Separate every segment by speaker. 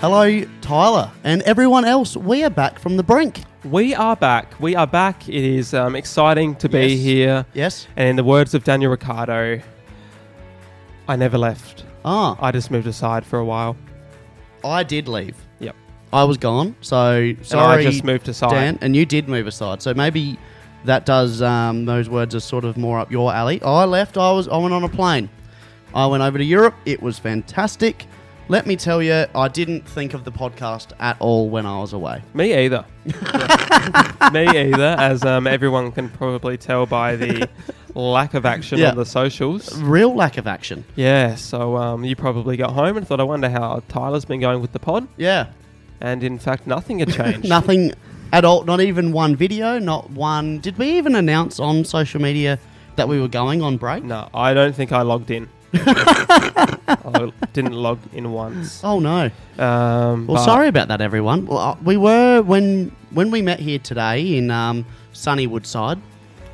Speaker 1: Hello, Tyler, and everyone else. We are back from the brink.
Speaker 2: We are back. We are back. It is um, exciting to be
Speaker 1: Yes.
Speaker 2: here.
Speaker 1: Yes.
Speaker 2: And in the words of Daniel Ricciardo, I never left.
Speaker 1: Ah,
Speaker 2: I just moved aside for a while.
Speaker 1: I did leave.
Speaker 2: Yep.
Speaker 1: I was gone, so
Speaker 2: and I
Speaker 1: sorry,
Speaker 2: just moved aside.
Speaker 1: Dan. And you did move aside, so maybe that does um, those words are sort of more up your alley. I left. I was. I went on a plane. I went over to Europe. It was fantastic. Let me tell you, I didn't think of the podcast at all when I was away.
Speaker 2: Me either. Me either, as um, everyone can probably tell by the lack of action
Speaker 1: Yeah.
Speaker 2: on the socials.
Speaker 1: Real lack of action.
Speaker 2: Yeah, so um, you probably got home and thought, I wonder how Tyler's been going with the pod.
Speaker 1: Yeah.
Speaker 2: And in fact, nothing had changed.
Speaker 1: Nothing at all. Not even one video. Not one. Did we even announce on social media that we were going on break?
Speaker 2: No, I don't think I logged in. I didn't log in once.
Speaker 1: Oh no.
Speaker 2: Um,
Speaker 1: Well,
Speaker 2: but-
Speaker 1: sorry about that, everyone. Well, uh, we were when when we met here today in um, sunny Woodside.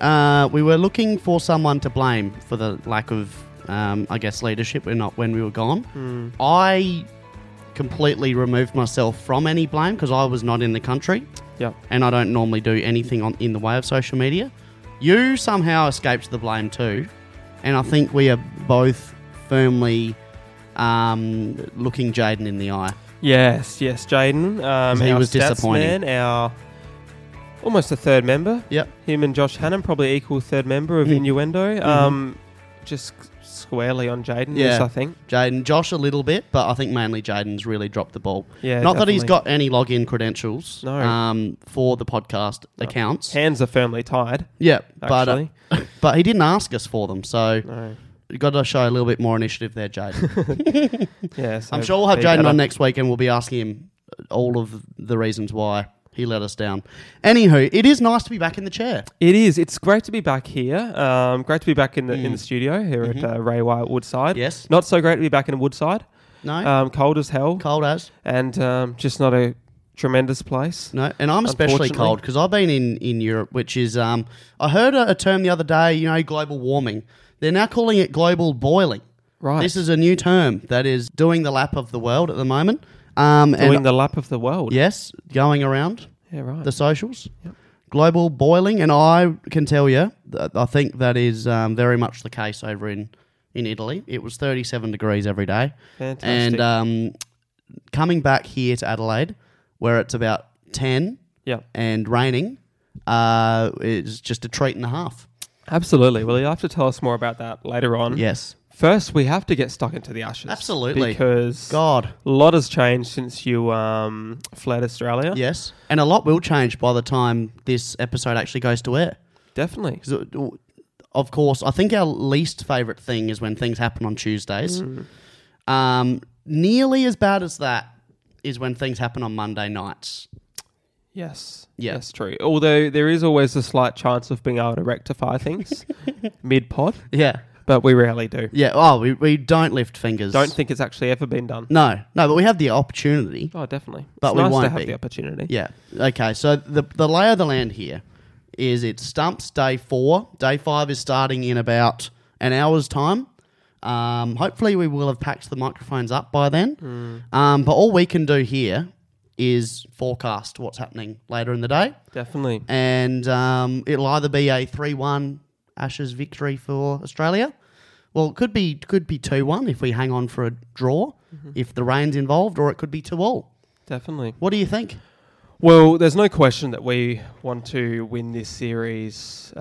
Speaker 1: Uh, we were looking for someone to blame for the lack of, um, I guess, leadership. We're not when we were gone.
Speaker 2: mm,
Speaker 1: I completely removed myself from any blame because I was not in the country.
Speaker 2: Yeah.
Speaker 1: and I don't normally do anything on in the way of social media. You somehow escaped the blame too, and I think we are both firmly um, looking Jaden in the eye.
Speaker 2: Yes, yes, Jaden. Um,
Speaker 1: He
Speaker 2: our
Speaker 1: was
Speaker 2: stats
Speaker 1: disappointing.
Speaker 2: Man, our almost a third member.
Speaker 1: Yep.
Speaker 2: Him and Josh Hannon probably equal third member of
Speaker 1: Mm.
Speaker 2: Innuendo. Um, just squarely on Jaden. Yes,
Speaker 1: Yeah.
Speaker 2: I think.
Speaker 1: Jaden, Josh a little bit, but I think mainly Jaden's really dropped the ball.
Speaker 2: Yeah.
Speaker 1: Not that he's
Speaker 2: definitely.
Speaker 1: got any login credentials
Speaker 2: No.
Speaker 1: um, for the podcast
Speaker 2: No.
Speaker 1: accounts.
Speaker 2: hands are firmly tied.
Speaker 1: Yeah, but uh,
Speaker 2: Actually,
Speaker 1: but he didn't ask us for them, so
Speaker 2: no.
Speaker 1: you've got to show a little bit more initiative there, Jaden.
Speaker 2: Yeah. So
Speaker 1: I'm sure we'll have
Speaker 2: be
Speaker 1: Jaden
Speaker 2: better.
Speaker 1: on next week and we'll be asking him all of the reasons why he let us down. Anywho, it is nice to be back in the chair.
Speaker 2: It is. It's great to be back here. Um, great to be back in the in the
Speaker 1: Mm.
Speaker 2: studio here
Speaker 1: Mhm.
Speaker 2: at uh, Ray Wyatt Woodside.
Speaker 1: Yes.
Speaker 2: Not so great to be back in Woodside.
Speaker 1: No?
Speaker 2: Um, cold as hell,
Speaker 1: cold as?
Speaker 2: and um, just not a tremendous place.
Speaker 1: No. And I'm especially
Speaker 2: Unfortunately.
Speaker 1: cold because I've been in, in Europe, which is, um, I heard a, a term the other day, you know, global warming. They're now calling it global boiling.
Speaker 2: Right.
Speaker 1: This is a new term that is doing the lap of the world at the moment. Um,
Speaker 2: doing
Speaker 1: and
Speaker 2: the lap of the world.
Speaker 1: yes, going around.
Speaker 2: Yeah, right.
Speaker 1: the socials.
Speaker 2: Yep.
Speaker 1: Global boiling, and I can tell you, that I think that is um, very much the case over in, in Italy. It was 37 degrees every day.
Speaker 2: Fantastic.
Speaker 1: And um, coming back here to Adelaide, where it's about 10
Speaker 2: yeah,
Speaker 1: and raining, uh, is just a treat and a half.
Speaker 2: absolutely. Well, you'll have to tell us more about that later on.
Speaker 1: Yes.
Speaker 2: First, we have to get stuck into the ashes.
Speaker 1: Absolutely.
Speaker 2: Because
Speaker 1: God.
Speaker 2: a lot has changed since you um, fled Australia.
Speaker 1: Yes. And a lot will change by the time this episode actually goes to air.
Speaker 2: Definitely.
Speaker 1: 'Cause it- of course, I think our least favorite thing is when things happen on Tuesdays. Um, nearly as bad as that is when things happen on Monday nights.
Speaker 2: Yes.
Speaker 1: Yeah.
Speaker 2: Yes, true. Although there is always a slight chance of being able to rectify things mid pod,
Speaker 1: Yeah,
Speaker 2: but we rarely do.
Speaker 1: yeah. Oh, we, we don't lift fingers.
Speaker 2: Don't think it's actually ever been done.
Speaker 1: no, no. But we have the opportunity.
Speaker 2: Oh, definitely.
Speaker 1: But
Speaker 2: it's
Speaker 1: we
Speaker 2: nice to
Speaker 1: won't
Speaker 2: have
Speaker 1: be.
Speaker 2: the opportunity.
Speaker 1: Yeah. Okay. So the the lay of the land here is it stumps day four. Day five is starting in about an hour's time. Um, hopefully, we will have packed the microphones up by then. Um, but all we can do here is forecast what's happening later in the day,
Speaker 2: Definitely.
Speaker 1: and um, it'll either be a three-one Ashes victory for Australia. Well, it could be could be two-one if we hang on for a draw, if the rain's involved, or it could be two-all.
Speaker 2: Definitely.
Speaker 1: What do you think?
Speaker 2: Well, there's no question that we want to win this series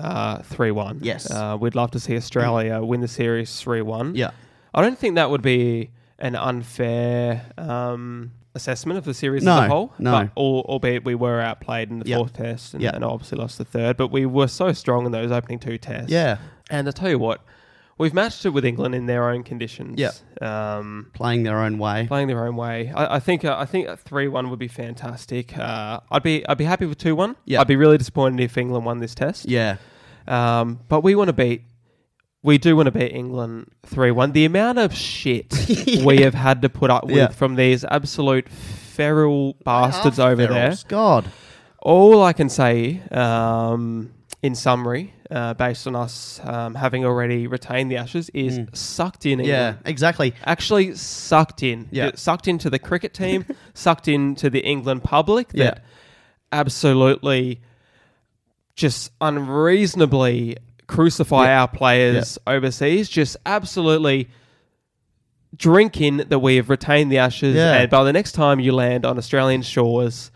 Speaker 2: three one.
Speaker 1: Yes.
Speaker 2: uh, we'd love to see Australia win the series three one.
Speaker 1: Yeah.
Speaker 2: I don't think that would be an unfair um, assessment of the series as
Speaker 1: No,
Speaker 2: a whole.
Speaker 1: no.
Speaker 2: but al- albeit we were outplayed in the
Speaker 1: Yep.
Speaker 2: fourth test and,
Speaker 1: Yep.
Speaker 2: and obviously lost the third, but we were so strong in those opening two tests.
Speaker 1: Yeah.
Speaker 2: and I tell you what, we've matched it with England in their own conditions.
Speaker 1: Yep.
Speaker 2: um,
Speaker 1: playing their own way.
Speaker 2: playing their own way. I, I think uh, I think three one would be fantastic. Uh, I'd be I'd be happy with two one.
Speaker 1: Yeah.
Speaker 2: I'd be really disappointed if England won this test.
Speaker 1: Yeah.
Speaker 2: Um, but we want to beat. We do want to beat England three one. The amount of shit we have had to put up with
Speaker 1: Yeah.
Speaker 2: from these absolute feral bastards over there.
Speaker 1: God.
Speaker 2: All I can say um, in summary, uh, based on us um, having already retained the Ashes, is sucked in.
Speaker 1: Mm. Yeah,
Speaker 2: England.
Speaker 1: exactly.
Speaker 2: Actually, sucked in.
Speaker 1: Yeah.
Speaker 2: It Sucked into the cricket team, sucked into the England public that
Speaker 1: Yeah.
Speaker 2: absolutely just unreasonably crucify our players overseas. Just absolutely drink in that we have retained the Ashes.
Speaker 1: Yeah.
Speaker 2: And by the next time you land on Australian shores,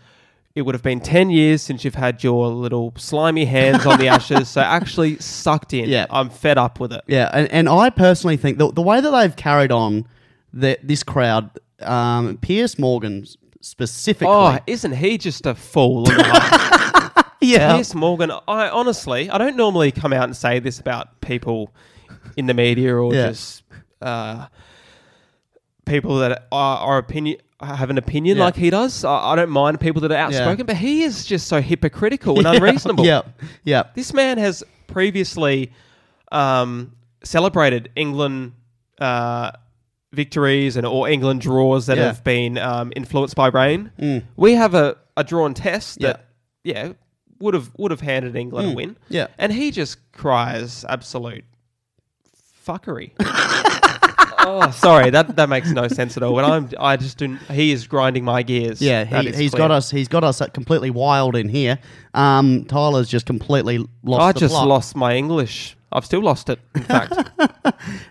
Speaker 2: it would have been 10 years since you've had your little slimy hands on the Ashes. So actually sucked in.
Speaker 1: Yeah.
Speaker 2: I'm fed up with it.
Speaker 1: Yeah, and, and I personally think the, the way that they've carried on the, this crowd, um, Pierce Morgan specifically.
Speaker 2: Oh, isn't he just a fool? on the whole?
Speaker 1: yeah.
Speaker 2: Piers Morgan, I honestly, I don't normally come out and say this about people in the media or
Speaker 1: Yeah.
Speaker 2: just uh, people that are, are opinion have an opinion
Speaker 1: Yeah.
Speaker 2: like he does. I, I don't mind people that are outspoken, but he is just so hypocritical and unreasonable.
Speaker 1: Yeah, yeah,
Speaker 2: This man has previously um, celebrated England uh, victories and or England draws that
Speaker 1: Yeah. Mm.
Speaker 2: have been um, influenced by rain. We have a, a drawn test that yeah would have would have handed England a win.
Speaker 1: Mm. yeah.
Speaker 2: and he just cries absolute fuckery. oh, sorry that that makes no sense at all. But I'm I just do. He is grinding my gears.
Speaker 1: yeah. He, he's got us. He's got us uh, completely wild in here. Um, Tyler's just completely lost.
Speaker 2: I
Speaker 1: the
Speaker 2: just
Speaker 1: plot.
Speaker 2: lost my English. I've still lost it. In fact.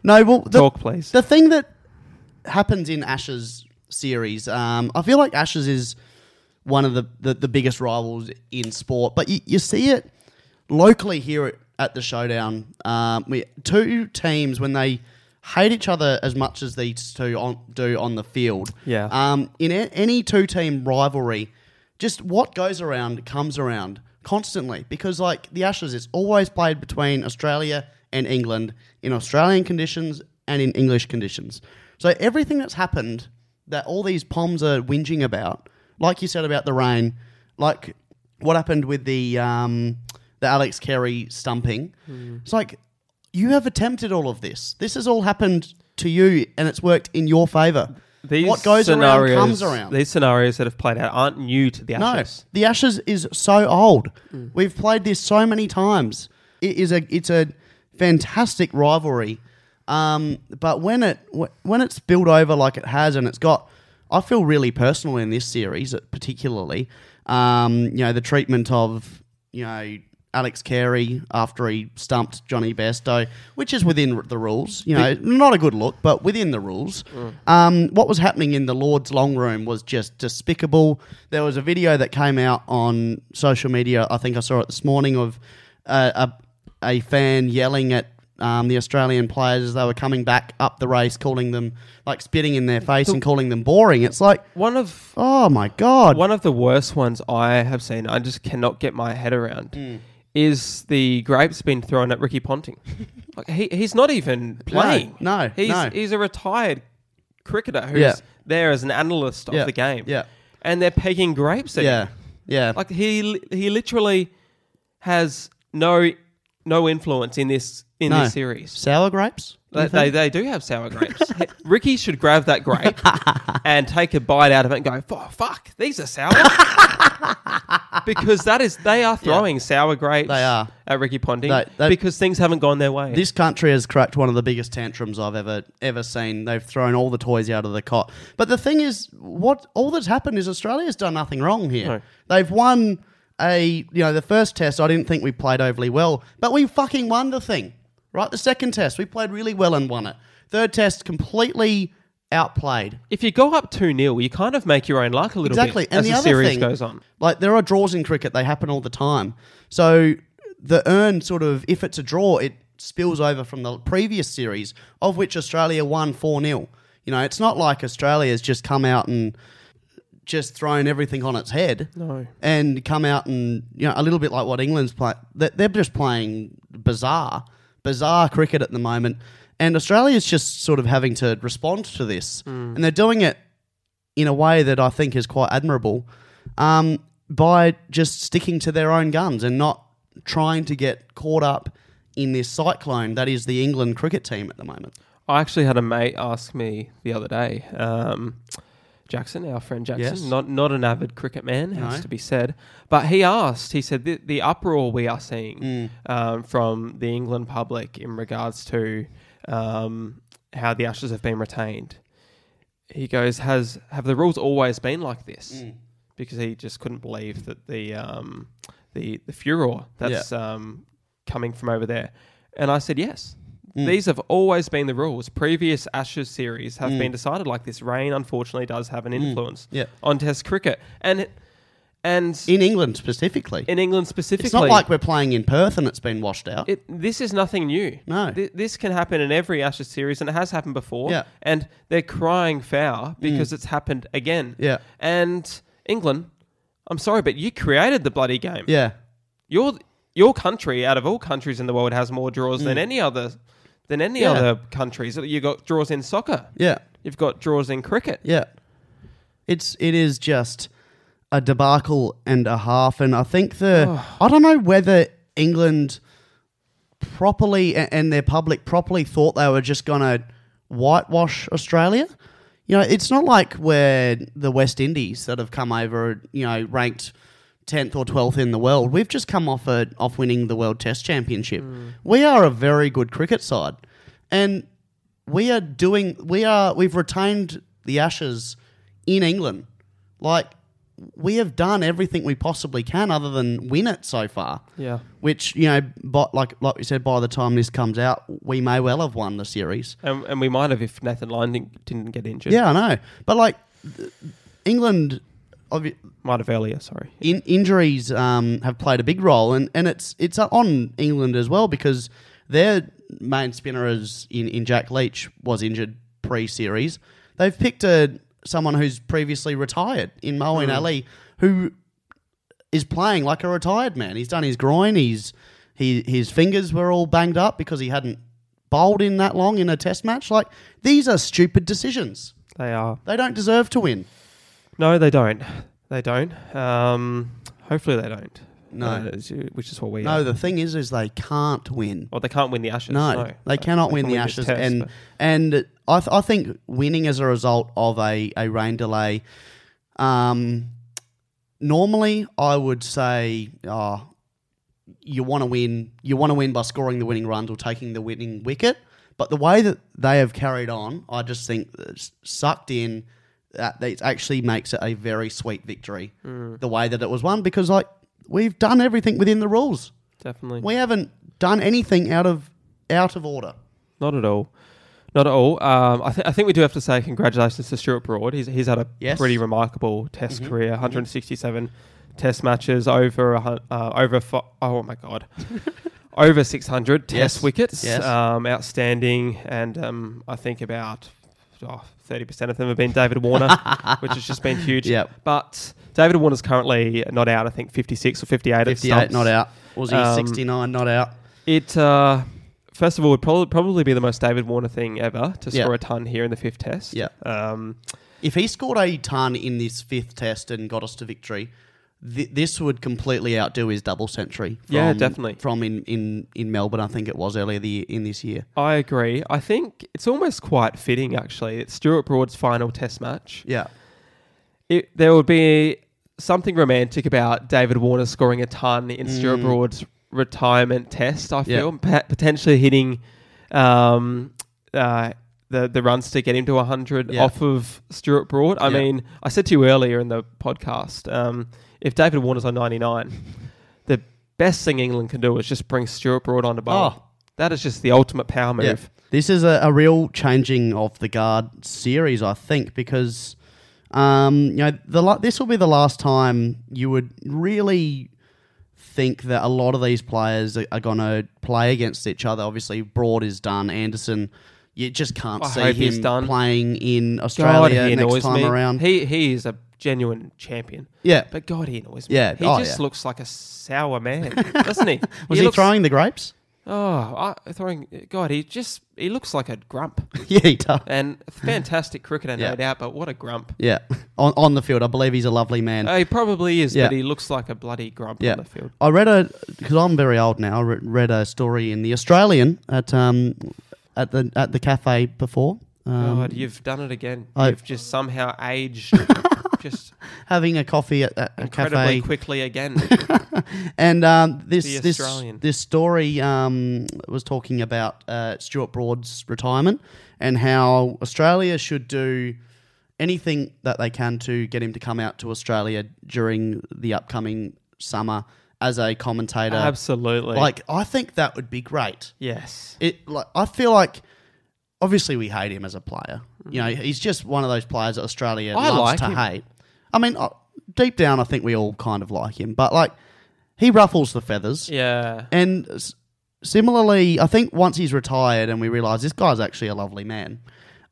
Speaker 1: No, well, the,
Speaker 2: Talk, please.
Speaker 1: The thing that happens in Ash's series, um, I feel like Ash's is one of the, the, the biggest rivals in sport, but you, you see it locally here at, at the showdown. Um, we, two teams, when they hate each other as much as these two on, do on the field,
Speaker 2: Yeah.
Speaker 1: um, in a, any two team rivalry, just what goes around comes around constantly because, like, the Ashes is always played between Australia and England in Australian conditions and in English conditions. So, everything that's happened that all these POMs are whinging about, like you said about the rain, like what happened with the, um, the Alex Carey stumping, it's like you have attempted all of this. This has all happened to you and it's worked in your favor.
Speaker 2: These
Speaker 1: what goes around
Speaker 2: scenarios,
Speaker 1: comes around.
Speaker 2: These scenarios that have played out aren't new to the
Speaker 1: no,
Speaker 2: Ashes. Mm.
Speaker 1: the Ashes is so old. We've played this so many times. It is a it's a fantastic rivalry, um, but when it wh- when it's built over like it has, and it's got, I feel really personal in this series particularly. Um, you know the treatment of you know. Alex Carey after he stumped Johnny Bairstow, which is within r- the rules. You know, not a good look, but within the rules. Um, what was happening in the Lord's long room was just despicable. There was a video that came out on social media. I think I saw it this morning of uh, a a fan yelling at. Um, the Australian players as they were coming back up the race, calling them like spitting in their face and calling them boring. It's like,
Speaker 2: One of
Speaker 1: oh my god,
Speaker 2: one of the worst ones I have seen. I just cannot get my head around.
Speaker 1: Mm.
Speaker 2: Is the grapes being thrown at Ricky Ponting? like he, he's not even playing.
Speaker 1: no,
Speaker 2: he's
Speaker 1: no.
Speaker 2: he's a retired cricketer who's
Speaker 1: Yeah.
Speaker 2: there as an analyst
Speaker 1: Yeah,
Speaker 2: of the game.
Speaker 1: yeah.
Speaker 2: and they're pegging grapes at him.
Speaker 1: yeah, yeah,
Speaker 2: Like he li- he literally has no no influence in this in
Speaker 1: No.
Speaker 2: this series.
Speaker 1: sour grapes. do
Speaker 2: They,
Speaker 1: you think?
Speaker 2: they, they do have sour grapes. He- Ricky should grab that grape and take a bite out of it and go, oh, fuck, these are sour. because that is, they are throwing sour grapes
Speaker 1: They are.
Speaker 2: at Ricky Ponting
Speaker 1: They- they-
Speaker 2: because things haven't gone their way.
Speaker 1: This country has cracked one of the biggest tantrums I've ever ever seen. They've thrown all the toys out of the cot. But the thing is, what all that's happened is Australia's done nothing wrong here.
Speaker 2: No.
Speaker 1: They've won a you know the first test. I didn't think we played overly well, but we fucking won the thing. Right, the second test we played really well and won it. Third test completely outplayed.
Speaker 2: if you go up 2 0, you kind of make your own luck a little
Speaker 1: Exactly.
Speaker 2: bit
Speaker 1: And
Speaker 2: as
Speaker 1: the
Speaker 2: the
Speaker 1: other
Speaker 2: series
Speaker 1: thing,
Speaker 2: goes on.
Speaker 1: Um, Like there are draws in cricket; they happen all the time. So the urn sort of, if it's a draw, it spills over from the previous series, of which Australia won four 0 You know, it's not like Australia's just come out and just thrown everything on its head.
Speaker 2: No.
Speaker 1: And come out and you know a little bit like what England's playing. They're just playing bizarre, bizarre cricket at the moment, and Australia's just sort of having to respond to this, and they're doing it in a way that I think is quite admirable um, by just sticking to their own guns and not trying to get caught up in this cyclone that is the England cricket team at the moment.
Speaker 2: I actually had a mate ask me the other day, um, Jackson, our friend Jackson,
Speaker 1: Yes.
Speaker 2: not not an avid cricket man, has
Speaker 1: No.
Speaker 2: to be said. But he asked, he said, the, the uproar we are seeing
Speaker 1: Mm.
Speaker 2: um, from the England public in regards to um, how the Ashes have been retained. He goes, has have the rules always been like this?
Speaker 1: Mm.
Speaker 2: Because he just couldn't believe that the um, the the furor that's um, coming from over there. And I said, yes.
Speaker 1: Mm.
Speaker 2: These have always been the rules. Previous Ashes series
Speaker 1: Mm.
Speaker 2: have been decided like this. Rain, unfortunately, does have an influence
Speaker 1: Yeah.
Speaker 2: on Test cricket, and and
Speaker 1: in England specifically.
Speaker 2: in England specifically,
Speaker 1: It's not like we're playing in Perth and it's been washed out.
Speaker 2: it, this is nothing new.
Speaker 1: No.
Speaker 2: Thi- this can happen in every Ashes series, and it has happened before.
Speaker 1: Yeah. Mm.
Speaker 2: and they're crying foul because it's happened again.
Speaker 1: Yeah.
Speaker 2: and England, I'm sorry, but you created the bloody game.
Speaker 1: yeah.
Speaker 2: your your country out of all countries in the world has more draws than any other than any
Speaker 1: Mm. Yeah.
Speaker 2: other countries. You got draws in soccer.
Speaker 1: Yeah.
Speaker 2: You've got draws in cricket.
Speaker 1: Yeah. It's it is just a debacle and a half and I think the I don't know whether England properly a- and their public properly thought they were just going to whitewash Australia. You know, it's not like we're the West Indies that have come over, you know, ranked 10th or 12th in the world. We've just come off a, off winning the World Test Championship. We are a very good cricket side. And we are doing we are we've retained the ashes in England. Like we have done everything we possibly can other than win it so far.
Speaker 2: Yeah.
Speaker 1: Which, you know, but like like we said, by the time this comes out, we may well have won the series.
Speaker 2: And, and we might have if Nathan Lyon didn't, didn't get injured.
Speaker 1: Yeah, I know. But like th- England obvi-
Speaker 2: Might have earlier, sorry.
Speaker 1: in, injuries um, have played a big role, and, and it's it's on England as well because their main spinner is in, in Jack Leach was injured pre-series. They've picked a someone who's previously retired in Moeen Ali who is playing like a retired man. He's done his groin. He's he, his fingers were all banged up because he hadn't bowled in that long in a test match. Like these are stupid decisions.
Speaker 2: They are.
Speaker 1: They don't deserve to win.
Speaker 2: No, they don't. They don't. Um, hopefully they don't.
Speaker 1: No.
Speaker 2: Uh, it's- which is what we
Speaker 1: No,
Speaker 2: are.
Speaker 1: the thing is, is they can't win.
Speaker 2: Well, they can't win the Ashes.
Speaker 1: No,
Speaker 2: No.
Speaker 1: they cannot
Speaker 2: They
Speaker 1: win
Speaker 2: can
Speaker 1: the
Speaker 2: win this
Speaker 1: Ashes,
Speaker 2: test,
Speaker 1: and
Speaker 2: but-
Speaker 1: and I, th- I think winning as a result of a, a rain delay. Um, normally, I would say, oh, you want to win. You want to win by scoring the winning runs or taking the winning wicket. But the way that they have carried on, I just think it's sucked in. That it actually makes it a very sweet victory.
Speaker 2: Hmm.
Speaker 1: The way that it was won, because like we've done everything within the rules.
Speaker 2: Definitely.
Speaker 1: We haven't done anything out of out of order.
Speaker 2: Not at all. Not at all. Um, I, th- I think we do have to say congratulations to Stuart Broad. He's, he's had a
Speaker 1: Yes. Mm-hmm.
Speaker 2: pretty remarkable Test career 167 Test matches over a hun- uh, over fo- oh my god over 600 Test
Speaker 1: Yes.
Speaker 2: wickets.
Speaker 1: Yes.
Speaker 2: Um, outstanding, and um, I think about oh, thirty percent of them have been David Warner, which has just been huge.
Speaker 1: Yep.
Speaker 2: But David Warner's currently not out. I think 56 or 58. at
Speaker 1: 58
Speaker 2: stumps.
Speaker 1: not out. Was he
Speaker 2: Um,
Speaker 1: 69 not out?
Speaker 2: It uh, first of all would probably probably be the most David Warner thing ever to
Speaker 1: Yeah.
Speaker 2: score a ton here in the fifth test.
Speaker 1: Yeah.
Speaker 2: Um,
Speaker 1: If he scored a ton in this fifth test and got us to victory, th- this would completely outdo his double century. From,
Speaker 2: Yeah, definitely.
Speaker 1: From in, in, in Melbourne, I think it was earlier the year, in this year.
Speaker 2: I agree. I think it's almost quite fitting actually. It's Stuart Broad's final test match.
Speaker 1: Yeah.
Speaker 2: It, there would be something romantic about David Warner scoring a ton in Stuart Broad's retirement test. I
Speaker 1: Mm. Yeah.
Speaker 2: feel Pot- potentially hitting um, uh, the the runs to get him to 100
Speaker 1: Yeah.
Speaker 2: off of Stuart Broad. I
Speaker 1: Yeah.
Speaker 2: mean, I said to you earlier in the podcast, um, if David Warner's on 99, the best thing England can do is just bring Stuart Broad on to bowl.
Speaker 1: Oh.
Speaker 2: That is just the ultimate power move.
Speaker 1: Yeah. This is a, a real changing of the guard series, I think, because um, you know the la- this will be the last time you would really think that a lot of these players are, are going to play against each other. Obviously, Broad is done. Anderson, you just can't
Speaker 2: I
Speaker 1: see
Speaker 2: hope he's
Speaker 1: him
Speaker 2: done.
Speaker 1: playing in
Speaker 2: God, he
Speaker 1: Australia next
Speaker 2: annoys
Speaker 1: time
Speaker 2: me.
Speaker 1: around.
Speaker 2: He he is a genuine champion.
Speaker 1: yeah,
Speaker 2: But God, he annoys me.
Speaker 1: Yeah,
Speaker 2: he
Speaker 1: oh,
Speaker 2: just
Speaker 1: yeah.
Speaker 2: looks like a sour man, doesn't he?
Speaker 1: was he,
Speaker 2: looks-
Speaker 1: throwing the grapes?
Speaker 2: Oh, I, throwing! God, he just he looks like a grump
Speaker 1: yeah, he does.
Speaker 2: and fantastic cricketer, no
Speaker 1: Yeah.
Speaker 2: doubt. But what a grump!
Speaker 1: Yeah, on on the field, I believe he's a lovely man.
Speaker 2: Uh, he probably is,
Speaker 1: Yeah.
Speaker 2: but he looks like a bloody grump
Speaker 1: Yeah.
Speaker 2: on the field.
Speaker 1: I read a because I'm very old now. I re- read a story in the Australian at um at the at the cafe before Um,
Speaker 2: God, you've done it again.
Speaker 1: I-
Speaker 2: you've just somehow aged just
Speaker 1: having a coffee at, at a cafe,
Speaker 2: incredibly quickly again.
Speaker 1: and um, this
Speaker 2: The
Speaker 1: this
Speaker 2: Australian.
Speaker 1: this story um, was talking about uh, Stuart Broad's retirement and how Australia should do anything that they can to get him to come out to Australia during the upcoming summer as a commentator.
Speaker 2: Absolutely.
Speaker 1: Like, I think that would be great.
Speaker 2: yes.
Speaker 1: It like I feel like obviously we hate him as a player. You know, he's just one of those players that Australia
Speaker 2: I
Speaker 1: loves
Speaker 2: like
Speaker 1: to
Speaker 2: him.
Speaker 1: hate. I mean, uh, deep down, I think we all kind of like him, but like he ruffles the feathers.
Speaker 2: Yeah.
Speaker 1: And s- similarly, I think once he's retired and we realise this guy's actually a lovely man,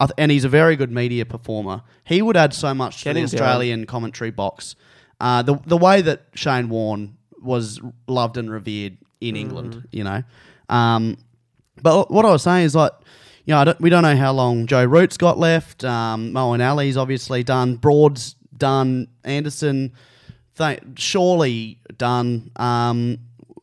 Speaker 1: I th- and he's a very good media performer, he would add so much to
Speaker 2: Get
Speaker 1: the
Speaker 2: him down.
Speaker 1: Australian commentary box. Uh, the the way that Shane Warne was loved and revered
Speaker 2: Mm.
Speaker 1: in England, you know. Um, but what I was saying is like. You know, I don't, we don't know how long Joe Root's got left. Um, Mo and Ali's obviously done. Broad's done. Anderson, th- surely done. Um,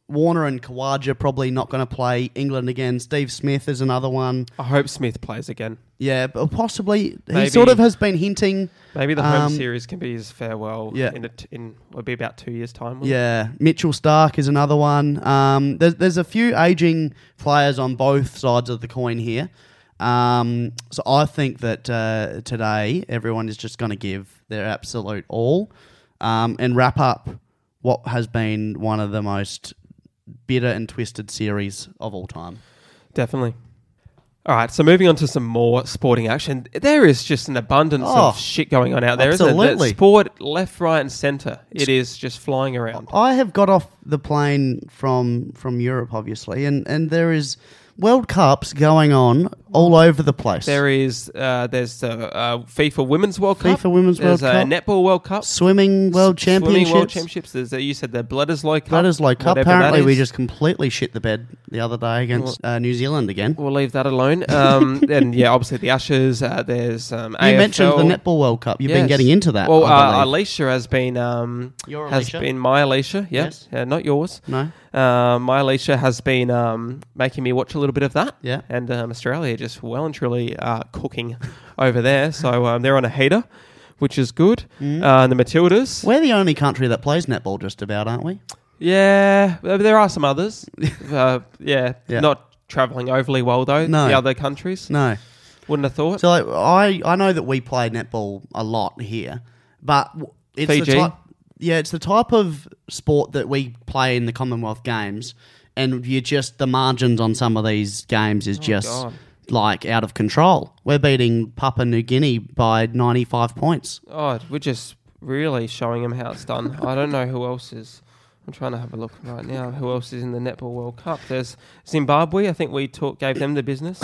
Speaker 1: Warner and Kawaja probably not going to play England again. Steve Smith is another one.
Speaker 2: I hope Smith plays again.
Speaker 1: Yeah, but possibly he
Speaker 2: Maybe.
Speaker 1: sort of has been hinting.
Speaker 2: Maybe the home
Speaker 1: Um,
Speaker 2: series can be his farewell.
Speaker 1: yeah.
Speaker 2: In, a t- in would be about two years time. wouldn't it?
Speaker 1: Yeah, Mitchell Stark is another one. Um, there's there's a few aging players on both sides of the coin here. Um, so I think that uh, today everyone is just going to give their absolute all um, and wrap up what has been one of the most bitter and twisted series of all time.
Speaker 2: Definitely. All right, so moving on to some more sporting action. There is just an abundance
Speaker 1: Oh,
Speaker 2: of shit going on out there, isn't it?
Speaker 1: absolutely.
Speaker 2: That Sport left, right, and centre. It is just flying around.
Speaker 1: I have got off the plane from from Europe, obviously, and and there is World Cups going on all over the place.
Speaker 2: There is, uh, there's the uh, FIFA Women's World Cup.
Speaker 1: FIFA Women's
Speaker 2: there's
Speaker 1: World
Speaker 2: a
Speaker 1: Cup.
Speaker 2: Netball World Cup.
Speaker 1: swimming World
Speaker 2: swimming
Speaker 1: Championships.
Speaker 2: World Championships. There's, uh, you said the Bledisloe Cup.
Speaker 1: That is like
Speaker 2: whatever that
Speaker 1: apparently we
Speaker 2: is.
Speaker 1: just completely shit the bed the other day against uh, New Zealand again.
Speaker 2: We'll leave that alone. Um, and yeah, obviously the Ashes. Uh, there's um,
Speaker 1: you
Speaker 2: AFL.
Speaker 1: mentioned the netball World Cup. You've been
Speaker 2: Yes.
Speaker 1: getting into that.
Speaker 2: Well,
Speaker 1: I
Speaker 2: uh,
Speaker 1: believe.
Speaker 2: Alicia has been um,
Speaker 1: Your
Speaker 2: has
Speaker 1: Alicia?
Speaker 2: been my Alicia. Yeah,
Speaker 1: Yes.
Speaker 2: yeah, not yours.
Speaker 1: no,
Speaker 2: Uh, my Alicia has been um, making me watch a little bit of that.
Speaker 1: Yeah.
Speaker 2: And um, Australia just well and truly uh, cooking over there. So um, they're on a heater, which is good.
Speaker 1: Mm.
Speaker 2: Uh, and the Matildas.
Speaker 1: we're the only country that plays netball, just about, aren't we?
Speaker 2: Yeah. uh, There are some others. uh, yeah,
Speaker 1: Yeah.
Speaker 2: Not traveling overly well, though.
Speaker 1: No.
Speaker 2: The other countries.
Speaker 1: No.
Speaker 2: Wouldn't have thought.
Speaker 1: So like, I I know that we play netball a lot here, but w- it's
Speaker 2: Fiji?
Speaker 1: the type, yeah, it's the type of sport that we play in the Commonwealth Games, and you just the margins on some of these games is just
Speaker 2: Oh, God.
Speaker 1: like out of control. We're beating Papua New Guinea by ninety five points.
Speaker 2: Oh, we're just really showing them how it's done. I don't know who else is. I'm trying to have a look right now. Who else is in the netball World Cup? There's Zimbabwe. I think we talk, gave them the business.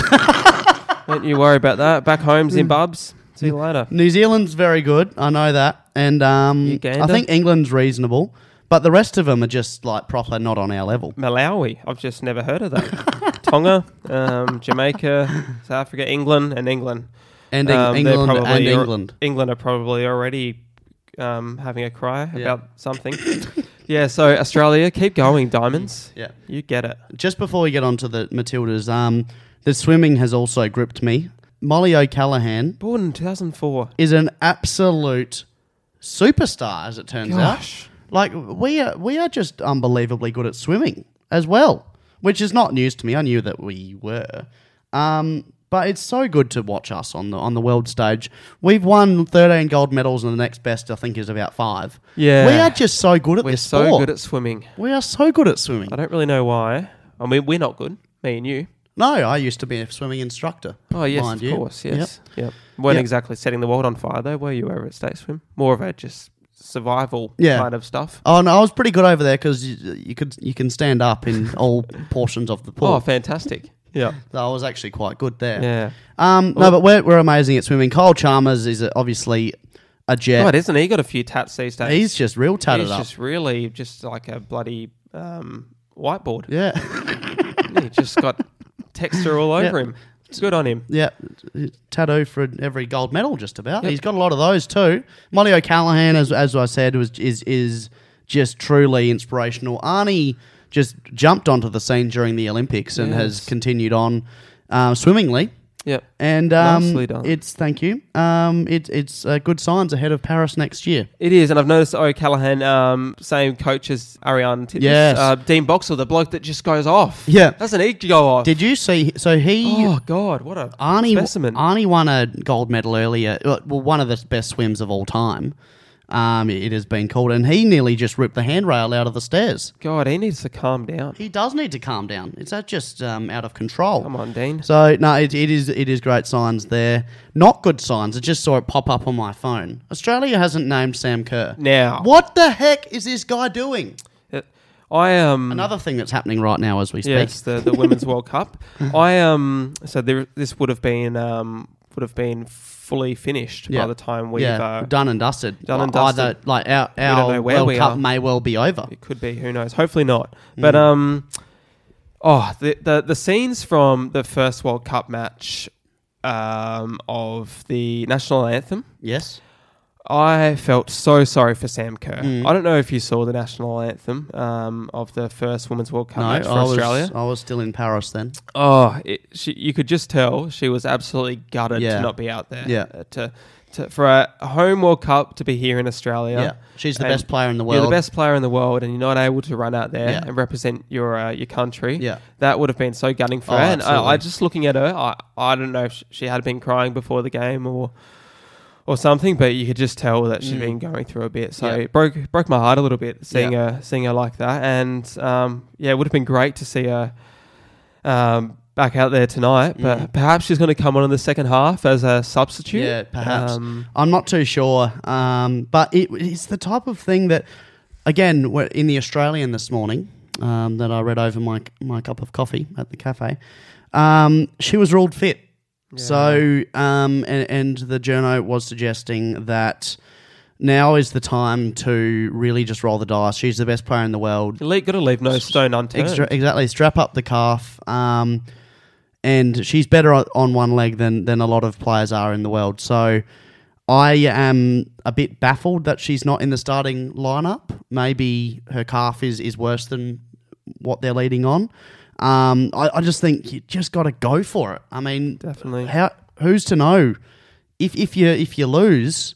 Speaker 2: don't you worry about that. Back home, Zimbabs. See you later.
Speaker 1: New Zealand's very good, I know that, and um, I
Speaker 2: Uganda?
Speaker 1: think England's reasonable, but the rest of them are just like proper not on our level.
Speaker 2: Malawi. I've just never heard of that. Tonga, um, Jamaica, South Africa, England, and England.
Speaker 1: And Eng-
Speaker 2: Um, they're
Speaker 1: England and
Speaker 2: probably al-
Speaker 1: England.
Speaker 2: England are probably already um, having a cry
Speaker 1: Yeah.
Speaker 2: about something. yeah. So Australia, keep going, diamonds.
Speaker 1: Yeah.
Speaker 2: You get it.
Speaker 1: just before we get on to the Matildas, um, the swimming has also gripped me. Molly O'Callaghan
Speaker 2: Born in 2004.
Speaker 1: is an absolute superstar, as it turns
Speaker 2: Gosh.
Speaker 1: out. Like we are, we are just unbelievably good at swimming as well, which is not news to me. I knew that we were, um, but it's so good to watch us on the on the world stage. We've won thirteen gold medals, and the next best I think is about five.
Speaker 2: Yeah.
Speaker 1: we are just so good at
Speaker 2: We're
Speaker 1: this
Speaker 2: so
Speaker 1: sport.
Speaker 2: good at swimming.
Speaker 1: we are so good at swimming.
Speaker 2: I don't really know why. I mean, we're not good, me and you.
Speaker 1: No, I used to be a swimming instructor.
Speaker 2: Oh, yes,
Speaker 1: mind
Speaker 2: of
Speaker 1: you.
Speaker 2: course.
Speaker 1: Yep.
Speaker 2: Yes. Yep. Weren't
Speaker 1: Yep.
Speaker 2: exactly setting the world on fire, though, were you over at State Swim? More of a just survival
Speaker 1: Yeah.
Speaker 2: kind of stuff.
Speaker 1: Oh no, I was pretty good over there because you, you could you can stand up in all portions of the pool.
Speaker 2: Oh, fantastic. yeah.
Speaker 1: so I was actually quite good there.
Speaker 2: Yeah.
Speaker 1: Um, no, but we're, we're amazing at swimming. Kyle Chalmers is obviously a
Speaker 2: God,
Speaker 1: jet.
Speaker 2: isn't he got a few tats these days?
Speaker 1: He's just real tatted
Speaker 2: He's
Speaker 1: up.
Speaker 2: just really just like a bloody um, whiteboard.
Speaker 1: yeah,
Speaker 2: isn't he just got texture all over him. Good on him.
Speaker 1: yeah. Tattoo for every gold medal, just about. He's got a lot of those too. Molly O'Callaghan, as as I said, was is is just truly inspirational. Arnie just jumped onto the scene during the Olympics and has
Speaker 2: Yes.
Speaker 1: continued on uh, swimmingly.
Speaker 2: Yep.
Speaker 1: And um,
Speaker 2: Nicely done.
Speaker 1: it's thank you. Um, it, it's uh, good signs ahead of Paris next year.
Speaker 2: It is, and I've noticed O'Callaghan, um, same coach as Ariane Titmus,
Speaker 1: Yes.
Speaker 2: uh, Dean Boxall, the bloke that just goes off.
Speaker 1: Yeah.
Speaker 2: Doesn't he go off?
Speaker 1: Did you see? So he
Speaker 2: oh, God, what a
Speaker 1: Arnie
Speaker 2: specimen.
Speaker 1: Arnie won a gold medal earlier. uh, Well, one of the best swims of all time. Um, it has been called, and he nearly just ripped the handrail out of the stairs.
Speaker 2: God, he needs to calm down.
Speaker 1: He does need to calm down. It's that just um, out of control.
Speaker 2: Come on, Dean.
Speaker 1: So no, it, it is it is great signs there. Not good signs. I just saw it pop up on my phone. Australia hasn't named Sam Kerr.
Speaker 2: Now.
Speaker 1: what the heck is this guy doing?
Speaker 2: Uh, I Um,
Speaker 1: Another thing that's happening right now as we speak.
Speaker 2: Yes, the, the Women's World Cup. I um so there, this would have been um would have been fully finished
Speaker 1: Yeah.
Speaker 2: by the time we've
Speaker 1: yeah,
Speaker 2: uh,
Speaker 1: done and dusted.
Speaker 2: done and
Speaker 1: Either,
Speaker 2: dusted.
Speaker 1: like our,
Speaker 2: don't
Speaker 1: our
Speaker 2: know where
Speaker 1: World
Speaker 2: we
Speaker 1: Cup
Speaker 2: are.
Speaker 1: may well be over.
Speaker 2: It could be. Who knows? Hopefully not. But
Speaker 1: Mm.
Speaker 2: um, oh, the, the the scenes from the first World Cup match, um, of the national anthem.
Speaker 1: Yes.
Speaker 2: I felt so sorry for Sam Kerr.
Speaker 1: Mm.
Speaker 2: I don't know if you saw the national anthem um, of the first Women's World Cup
Speaker 1: No,
Speaker 2: match for
Speaker 1: I was
Speaker 2: Australia.
Speaker 1: I was still in Paris then.
Speaker 2: Oh, it, she, you could just tell she was absolutely gutted
Speaker 1: Yeah.
Speaker 2: to not be out there.
Speaker 1: Yeah.
Speaker 2: Uh, to, to for a home World Cup to be here in Australia.
Speaker 1: Yeah, she's the
Speaker 2: And
Speaker 1: best player in the world.
Speaker 2: You're the best player in the world, and you're not able to run out there
Speaker 1: Yeah.
Speaker 2: and represent your uh, your country.
Speaker 1: Yeah.
Speaker 2: that would have been so gutting for
Speaker 1: Oh,
Speaker 2: her. And I, I
Speaker 1: absolutely.
Speaker 2: just looking at her, I, I don't know if sh- she had been crying before the game or or something, but you could just tell that she'd been going through a bit. So
Speaker 1: Mm. Yeah.
Speaker 2: it broke broke my heart a little bit seeing her seeing her like that. And um, yeah, it would have been great to see her um, back out there
Speaker 1: Mm.
Speaker 2: tonight. But perhaps she's going to come on in the second half as a substitute.
Speaker 1: Yeah, perhaps.
Speaker 2: Um,
Speaker 1: I'm not too sure, um, but it, it's the type of thing that, again, we're- in the Australian this morning um, that I read over my my cup of coffee at the cafe, um, she was ruled fit. So, um, and, and the journo was suggesting that now is the time to really just roll the dice. She's the best player in the world.
Speaker 2: got to leave no stone unturned.
Speaker 1: Extra, exactly. Strap up the calf. Um, and she's better on- on one leg than, than a lot of players are in the world. So I am a bit baffled that she's not in the starting lineup. Maybe her calf is, is worse than what they're leading on. Um, I, I just think you just got to go for it. I mean,
Speaker 2: Definitely.
Speaker 1: How, who's to know? If, if you if you lose,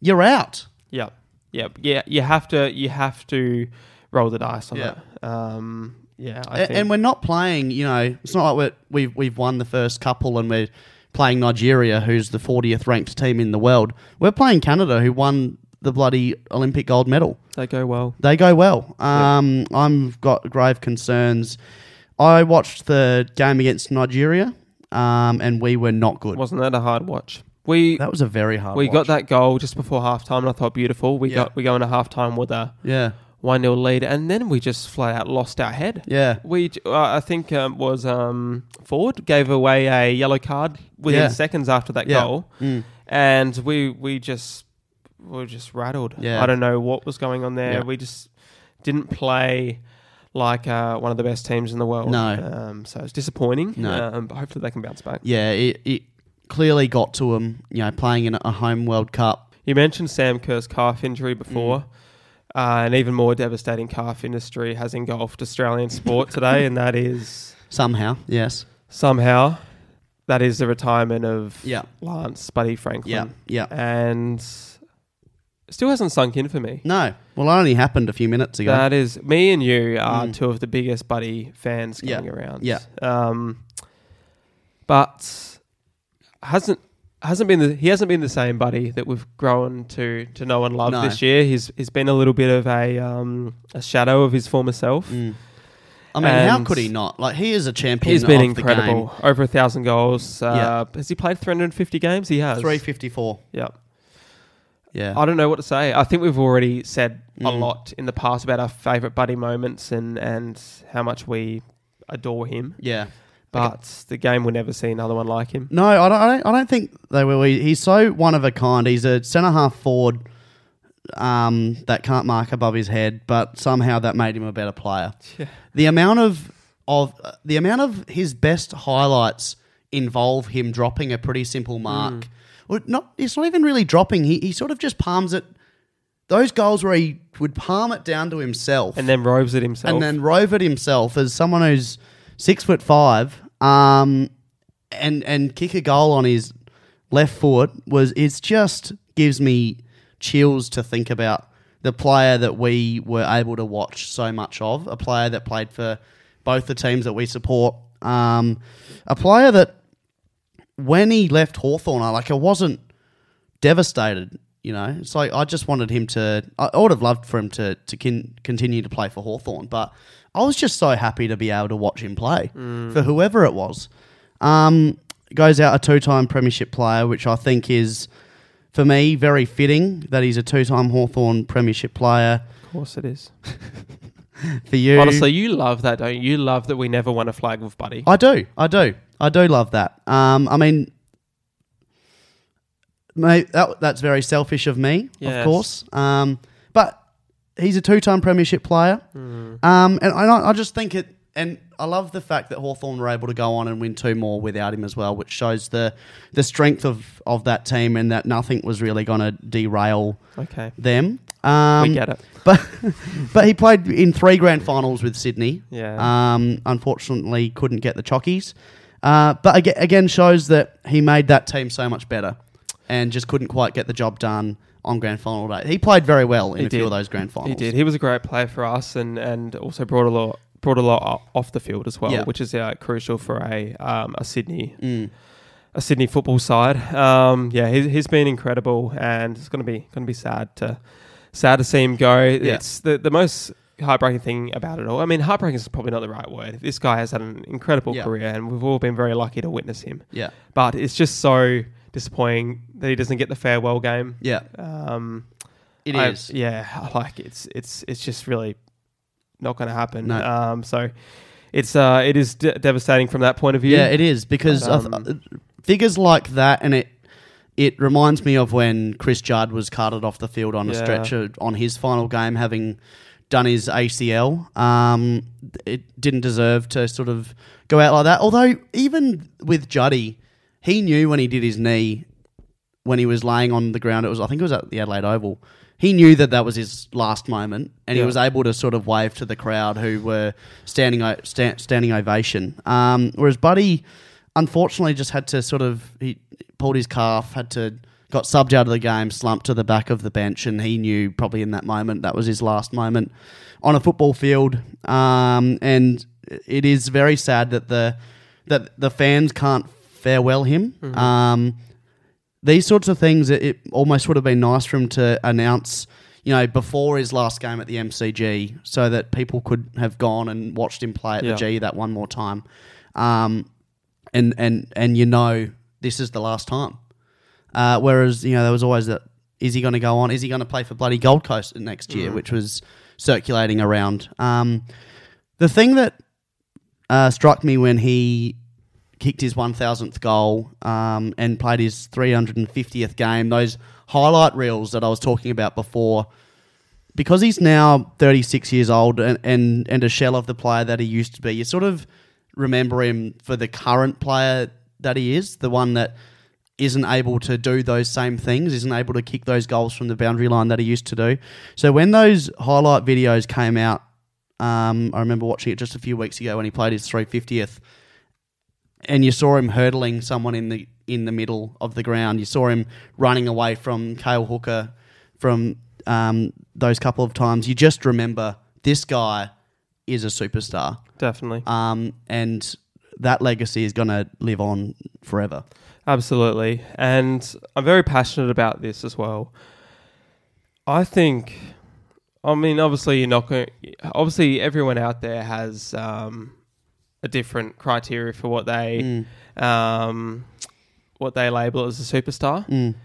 Speaker 1: you're out.
Speaker 2: Yep. Yep. Yeah. You have to. You have to roll the dice on
Speaker 1: Yeah.
Speaker 2: that. Um. Yeah. I
Speaker 1: A-
Speaker 2: think.
Speaker 1: and we're not playing. You know, it's not like we're, we've we've won the first couple and we're playing Nigeria, who's the 40th ranked team in the world. We're playing Canada, who won the bloody Olympic gold medal.
Speaker 2: they go well.
Speaker 1: They go well. Um, I've got grave concerns. I watched the game against Nigeria, um, and we were not good.
Speaker 2: Wasn't that a hard watch? We
Speaker 1: That was a very hard.
Speaker 2: we
Speaker 1: watch.
Speaker 2: got that goal just before halftime, and I thought beautiful. We
Speaker 1: Yeah.
Speaker 2: got we go into halftime with a
Speaker 1: Yeah,
Speaker 2: one 0 lead, and then we just flat out lost our head.
Speaker 1: yeah.
Speaker 2: We j- uh, I think um, was um, Ford gave away a yellow card within
Speaker 1: Yeah.
Speaker 2: seconds after that
Speaker 1: Yeah.
Speaker 2: goal,
Speaker 1: Mm.
Speaker 2: and we we just we were just rattled.
Speaker 1: Yeah.
Speaker 2: I don't know what was going on there.
Speaker 1: Yeah.
Speaker 2: We just didn't play like uh, one of the best teams in the world.
Speaker 1: No.
Speaker 2: um, so it's disappointing.
Speaker 1: No.
Speaker 2: um, but hopefully they can bounce back.
Speaker 1: Yeah, it, it clearly got to them. You know, playing in a home World Cup.
Speaker 2: You mentioned Sam Kerr's calf injury before.
Speaker 1: Mm.
Speaker 2: Uh, an even more devastating calf industry has engulfed Australian sport today, and that is
Speaker 1: Somehow, yes.
Speaker 2: somehow that is the retirement of
Speaker 1: Yeah.
Speaker 2: Lance Buddy Franklin.
Speaker 1: Yeah, yeah.
Speaker 2: and still hasn't sunk in for me.
Speaker 1: No. Well, it only happened a few minutes ago.
Speaker 2: That is me and you are
Speaker 1: Mm.
Speaker 2: two of the biggest Buddy fans
Speaker 1: Yeah.
Speaker 2: going around.
Speaker 1: Yeah.
Speaker 2: um, but hasn't. Hasn't been the, he hasn't been the same buddy that we've grown to to know and love
Speaker 1: No.
Speaker 2: this year. He's he's been a little bit of a um, a shadow of his former self.
Speaker 1: Mm. I mean, how
Speaker 2: And-
Speaker 1: could he not? Like, he is a champion.
Speaker 2: He's been
Speaker 1: of
Speaker 2: incredible, over a thousand goals. Uh, Has he played 350 games? He
Speaker 1: The
Speaker 2: has.
Speaker 1: game. 354.
Speaker 2: Yeah.
Speaker 1: Yeah.
Speaker 2: I don't know what to say. I think we've already said a
Speaker 1: Mm.
Speaker 2: lot in the past about our favourite buddy moments and, and how much we adore him.
Speaker 1: yeah.
Speaker 2: But the game will never see another one like him.
Speaker 1: Mm. No, I don't, I don't. I don't think they will. He- He's so one of a kind. He's a centre half forward um, that can't mark above his head, but somehow that made him a better player.
Speaker 2: Yeah.
Speaker 1: The amount of of uh, the amount of his best highlights involve him dropping a pretty simple
Speaker 2: Mm.
Speaker 1: mark. Well, not it's not even really dropping. He he sort of just palms it. Those goals where he would palm it down to himself
Speaker 2: And then robes it himself.
Speaker 1: and then Rovered himself as someone who's six foot five, um, and and kick a goal on his left foot was it's just gives me chills to think about the player that we were able to watch so much of, a player that played for both the teams that we support, um, a player that when he left Hawthorn, I like I wasn't devastated. You know, it's like I just wanted him to. I I would have loved for him to to kin, continue to play for Hawthorn, but I was just so happy to be able to watch him play for whoever it was. Um, goes out a two-time Premiership player, which I think is for me very fitting that he's a two-time Hawthorn Premiership player.
Speaker 2: Of course it is.
Speaker 1: For you,
Speaker 2: Honestly, you love that, don't you? You love that we never won a flag with Buddy.
Speaker 1: I do. I do. I do love that. Um, I mean, may that, that's very selfish of me,
Speaker 2: Yes.
Speaker 1: of course. Um, but he's a two-time premiership player,
Speaker 2: Hmm.
Speaker 1: um, and I, don't- I just think it. And I love the fact that Hawthorn were able to go on and win two more without him as well, which shows the the strength of, of that team and that nothing was really going to derail
Speaker 2: Okay.
Speaker 1: them. Um,
Speaker 2: we get it.
Speaker 1: but but he played in three grand finals with Sydney.
Speaker 2: Yeah.
Speaker 1: Um, unfortunately, couldn't get the chockies. Uh, but aga again, shows that he made that team so much better, and just couldn't quite get the job done on grand final day. He played very well in
Speaker 2: He
Speaker 1: a few
Speaker 2: did.
Speaker 1: of those grand finals.
Speaker 2: He did. He was a great player for us, and, and also brought a lot brought a lot o- off the field as well,
Speaker 1: Yeah.
Speaker 2: which is uh, crucial for a um, a Sydney
Speaker 1: Mm,
Speaker 2: a Sydney football side. Um, yeah, he's, he's been incredible, and it's gonna be gonna be sad to sad to see him go. It's the the most heartbreaking thing about it all. I mean, heartbreaking is probably not the right word. This guy has had an incredible
Speaker 1: Yeah.
Speaker 2: career, and we've all been very lucky to witness him.
Speaker 1: Yeah,
Speaker 2: But it's just so disappointing that he doesn't get the farewell game.
Speaker 1: yeah,
Speaker 2: Um,
Speaker 1: it is.
Speaker 2: I- Yeah, I like it's it's it's just really not going to happen.
Speaker 1: No.
Speaker 2: Um, so it's uh, it is de- devastating from that point of view.
Speaker 1: Yeah, it is because
Speaker 2: But, um,
Speaker 1: I th- figures like that, and it it reminds me of when Chris Judd was carted off the field on a
Speaker 2: Yeah.
Speaker 1: stretcher on his final game, having done his ACL. Um, it didn't deserve to sort of go out like that. Although even with Juddy, he knew when he did his knee when he was laying on the ground. It was I think it was at the Adelaide Oval. He knew that that was his last moment, and he
Speaker 2: Yeah.
Speaker 1: was able to sort of wave to the crowd who were standing o- sta- standing ovation. Um, whereas Buddy, unfortunately, just had to sort of he pulled his calf, had to got subbed out of the game, slumped to the back of the bench, and he knew probably in that moment that was his last moment on a football field. Um, and it is very sad that the that the fans can't farewell him. Um, these sorts of things, it, it almost would have been nice for him to announce, you know, before his last game at the MCG, so that people could have gone and watched him play at
Speaker 2: Yeah.
Speaker 1: the G that one more time, um, and and and you know, this is the last time. Uh, whereas you know there was always that: is he going to go on? Is he going to play for bloody Gold Coast next year? Which was circulating around. Um, the thing that uh, struck me when he kicked his 1000th goal um, and played his 350th game. Those highlight reels that I was talking about before, because he's now 36 years old and, and, and a shell of the player that he used to be, you sort of remember him for the current player that he is, the one that isn't able to do those same things, isn't able to kick those goals from the boundary line that he used to do. So when those highlight videos came out, um, I remember watching it just a few weeks ago when he played his 350th and you saw him hurdling someone in the in the middle of the ground. You saw him running away from Kale Hooker from um, those couple of times. You just remember this guy is a superstar,
Speaker 2: definitely,
Speaker 1: um, and that legacy is going to live on forever.
Speaker 2: absolutely. And I'm very passionate about this as well. I think, I mean, obviously you're not going. Obviously, everyone out there has um, a different criteria for what
Speaker 1: Mm,
Speaker 2: they um, what they label as a superstar.
Speaker 1: Mm.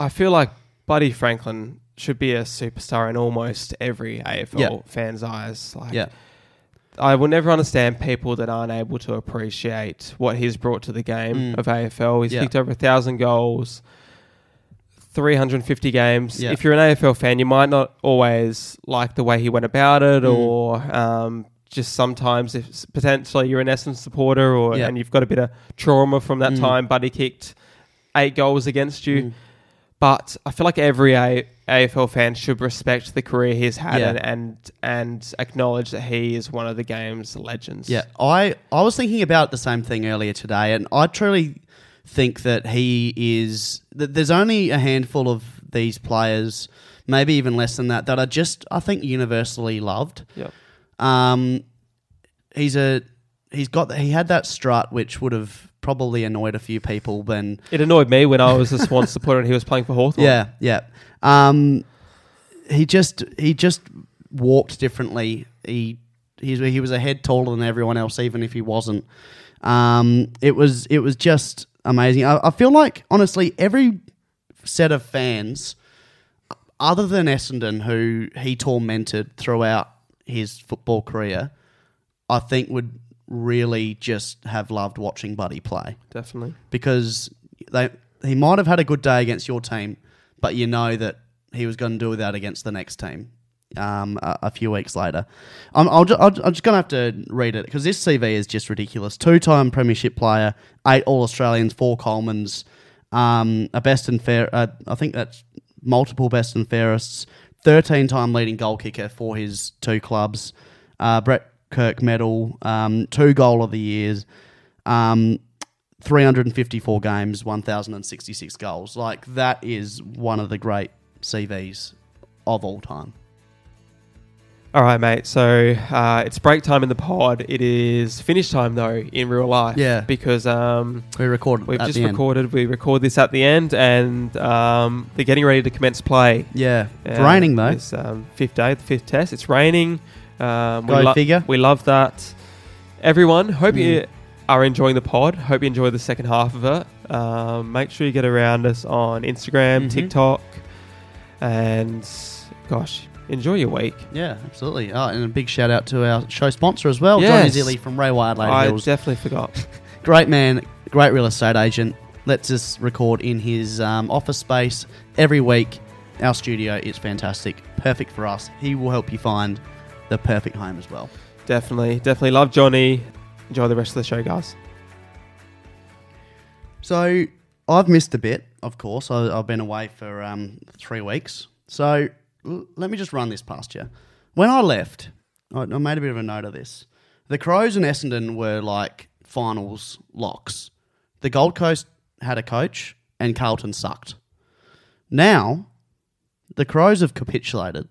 Speaker 2: I feel like Buddy Franklin should be a superstar in almost every AFL
Speaker 1: Yeah.
Speaker 2: fan's eyes. Like,
Speaker 1: Yeah.
Speaker 2: I will never understand people that aren't able to appreciate what he's brought to the game
Speaker 1: Mm.
Speaker 2: of AFL. He's
Speaker 1: Yeah.
Speaker 2: kicked over a thousand goals, 350 games.
Speaker 1: Yeah.
Speaker 2: If you're an AFL fan, you might not always like the way he went about it,
Speaker 1: Mm.
Speaker 2: or um, just sometimes if s- potentially you're an Essendon supporter, or
Speaker 1: Yeah.
Speaker 2: and you've got a bit of trauma from that
Speaker 1: Mm.
Speaker 2: time. Buddy kicked eight goals against you.
Speaker 1: Mm.
Speaker 2: But I feel like every A- AFL fan should respect the career he's had
Speaker 1: Yeah.
Speaker 2: and, and and acknowledge that he is one of the game's legends.
Speaker 1: Yeah, I, I was thinking about the same thing earlier today, and I truly think that he is. That there's only a handful of these players, maybe even less than that, that are just I think universally loved.
Speaker 2: Yep.
Speaker 1: Um, he's a he's got he had that strut which would have probably annoyed a few people when
Speaker 2: It annoyed me when I was a Swan supporter and he was playing for Hawthorn.
Speaker 1: yeah yeah um he just he just walked differently he he, he was a head taller than everyone else even if he wasn't um it was it was just amazing I, I feel like honestly every set of fans other than Essendon who he tormented throughout his football career I think would really just have loved watching Buddy play
Speaker 2: Definitely.
Speaker 1: because they he might have had a good day against your team, but you know that he was going to do without against the next team um, a, a few weeks later. I'm, I'll ju- I'll, ju- I'm just going to have to read it because this CV is just ridiculous. Two time Premiership player, eight All Australians, four Colemans, um, a best and fair. Uh, I think that's multiple best and fairests. 13 time leading goal kicker for his two clubs. Uh, Brett Kirk medal, um, two goal of the years. Um, 354 games, 1,066 goals. Like, that is one of the great CVs of all time.
Speaker 2: All right, mate. So uh, it's break time in the pod. It is finish time though in real life.
Speaker 1: Yeah.
Speaker 2: Because um,
Speaker 1: We recorded
Speaker 2: we've
Speaker 1: at
Speaker 2: just
Speaker 1: the end.
Speaker 2: recorded. We record this at the end, and um, they're getting ready to commence play.
Speaker 1: Yeah. It's
Speaker 2: Uh,
Speaker 1: raining, though.
Speaker 2: It's um, fifth day, the fifth test. It's raining. Um,
Speaker 1: Go
Speaker 2: we lo-
Speaker 1: figure.
Speaker 2: We love that. Everyone, hope you
Speaker 1: Mm.
Speaker 2: are enjoying the pod. Hope you enjoy the second half of it. Um, make sure you get around us on Instagram,
Speaker 1: Mhm.
Speaker 2: TikTok, and gosh, enjoy your week.
Speaker 1: Yeah, absolutely. Oh, and a big shout out to our show sponsor as well, Johnny
Speaker 2: Yes.
Speaker 1: Zilly from Ray Wired Lady
Speaker 2: I
Speaker 1: Hills.
Speaker 2: definitely forgot.
Speaker 1: Great man, great real estate agent. Lets us record in his um, office space every week. Our studio is fantastic, perfect for us. He will help you find the perfect home as well.
Speaker 2: definitely, definitely love Johnny. Enjoy the rest of the show, guys.
Speaker 1: So I've missed a bit, of course. I, I've been away for um, three weeks. So l- let me just run this past you. When I left, I, I made a bit of a note of this. The Crows and Essendon were like finals locks. The Gold Coast had a coach, and Carlton sucked. Now, the Crows have capitulated.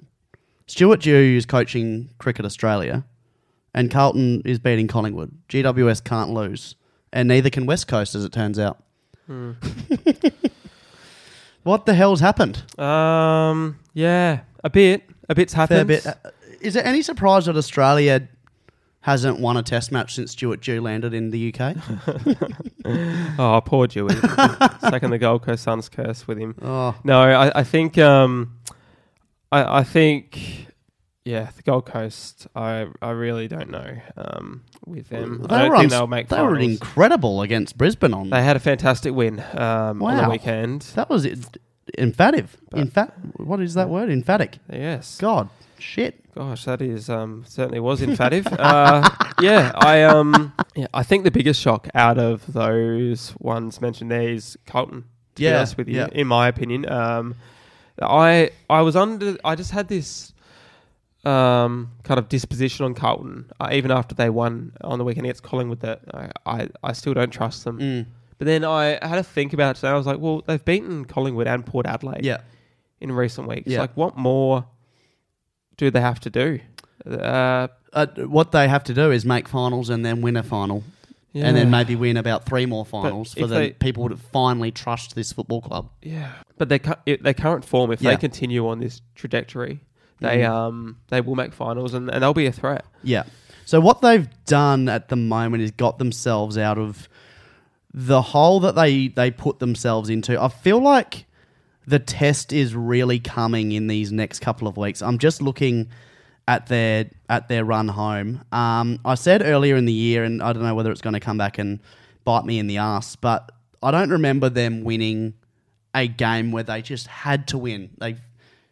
Speaker 1: Stuart Dew is coaching Cricket Australia, and Carlton is beating Collingwood. GWS can't lose, and neither can West Coast, as it turns out. Mm. what the hell's happened?
Speaker 2: Um, yeah, a bit, a bit's happened.
Speaker 1: Fair bit. Uh, Is there any surprise that Australia hasn't won a Test match since Stuart Dew landed in the UK?
Speaker 2: Oh, poor Dewey. Second the Gold Coast Suns curse with him.
Speaker 1: oh,
Speaker 2: No, I, I think um, I, I think yeah, the Gold Coast. I I really don't know um, with them.
Speaker 1: Well,
Speaker 2: I
Speaker 1: they
Speaker 2: don't
Speaker 1: were
Speaker 2: think
Speaker 1: uns-
Speaker 2: they'll make
Speaker 1: they were
Speaker 2: finals.
Speaker 1: incredible against Brisbane on.
Speaker 2: they had a fantastic win um, on the
Speaker 1: Wow.
Speaker 2: weekend.
Speaker 1: that was it. Emphatic.
Speaker 2: But-
Speaker 1: Infat. What is that word? Emphatic.
Speaker 2: Yes.
Speaker 1: God, shit.
Speaker 2: Gosh, that is um, certainly was infative. uh, yeah, I um, yeah, I think the biggest shock out of those ones mentioned there is Carlton. To be
Speaker 1: Yeah,
Speaker 2: honest with you,
Speaker 1: yeah.
Speaker 2: in my opinion, um, I I was under. I just had this um, kind of disposition on Carlton, uh, even after they won on the weekend against Collingwood. That I I, I still don't trust them.
Speaker 1: Mm.
Speaker 2: But then I had a think about it today. I was like, well, they've beaten Collingwood and Port Adelaide
Speaker 1: Yeah.
Speaker 2: in recent weeks.
Speaker 1: Yeah.
Speaker 2: Like, what more do they have to do? Uh,
Speaker 1: Uh, what they have to do is make finals and then win a final,
Speaker 2: yeah.
Speaker 1: and then maybe win about three more finals for
Speaker 2: if
Speaker 1: the
Speaker 2: they-
Speaker 1: people to finally trust this football club.
Speaker 2: yeah, but their cu- it- their current form, if
Speaker 1: Yeah.
Speaker 2: they continue on this trajectory, they
Speaker 1: Mhm.
Speaker 2: um they will make finals and, and they'll be a threat.
Speaker 1: Yeah. So what they've done at the moment is got themselves out of the hole that they they put themselves into. I feel like the test is really coming in these next couple of weeks. I'm just looking at their at their run home. Um, I said earlier in the year, and I don't know whether it's going to come back and bite me in the ass, but I don't remember them winning a game where they just had to win. They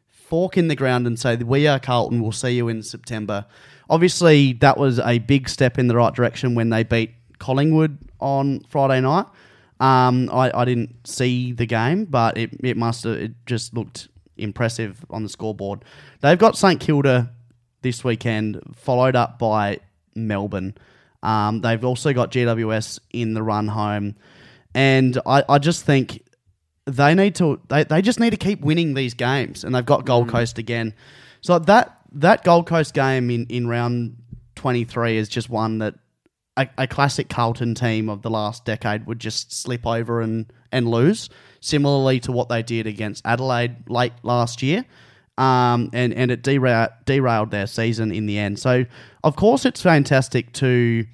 Speaker 1: fork in the ground and say, We are Carlton, we'll see you in September. Obviously, that was a big step in the right direction when they beat Collingwood on Friday night. Um, I, I didn't see the game, but it, it must have, it just looked impressive on the scoreboard. They've got St Kilda this weekend, followed up by Melbourne. Um, they've also got GWS in the run home, and I, I just think they need to they, they just need to keep winning these games, and they've got Gold Coast again. So that that Gold Coast game in in round twenty three is just one that a, a classic Carlton team of the last decade would just slip over and, and lose, similarly to what they did against Adelaide late last year. Um, and, and it derail, derailed their season in the end. So, of course, it's fantastic to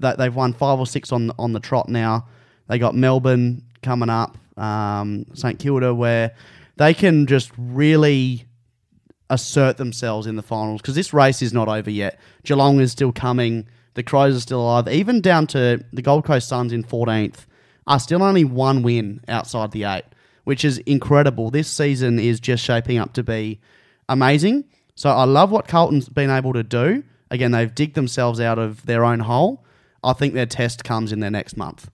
Speaker 1: that they've won five or six on, on the trot now. They got Melbourne coming up, um, St Kilda, where they can just really assert themselves in the finals because this race is not over yet. Geelong is still coming. The Crows are still alive. Even down to the Gold Coast Suns in 14th are still only one win outside the eight, which is incredible. This season is just shaping up to be amazing. So I love what Carlton's been able to do. Again, they've digged themselves out of their own hole. I think their test comes in their next month.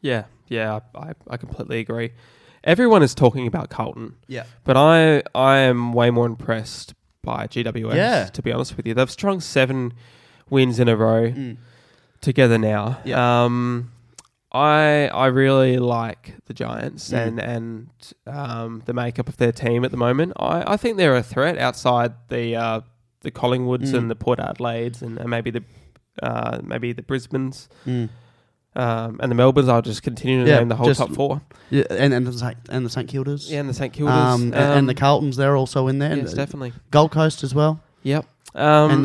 Speaker 2: Yeah, yeah, I, I completely agree. Everyone is talking about Carlton.
Speaker 1: Yeah.
Speaker 2: But I I am way more impressed by GWS.
Speaker 1: Yeah.
Speaker 2: To be honest with you, they've strung seven wins in a row together now.
Speaker 1: Mm. Yeah.
Speaker 2: Um, I I really like the Giants
Speaker 1: Mm.
Speaker 2: and and um, the makeup of their team at the moment. I, I think they're a threat outside the uh, the Collingwoods
Speaker 1: Mm.
Speaker 2: and the Port Adelaides and, and maybe the uh, maybe the Brisbanes.
Speaker 1: Mm.
Speaker 2: Um, and the Melbournes, I'll just continue to
Speaker 1: Yeah,
Speaker 2: name the whole
Speaker 1: just-
Speaker 2: top four.
Speaker 1: Yeah, and and the St. and the St Kildas.
Speaker 2: Yeah, and the St Kildas. Um,
Speaker 1: Um, and, and the Carltons, they're also in there.
Speaker 2: yes, definitely.
Speaker 1: Gold Coast as well,
Speaker 2: Yep. Um,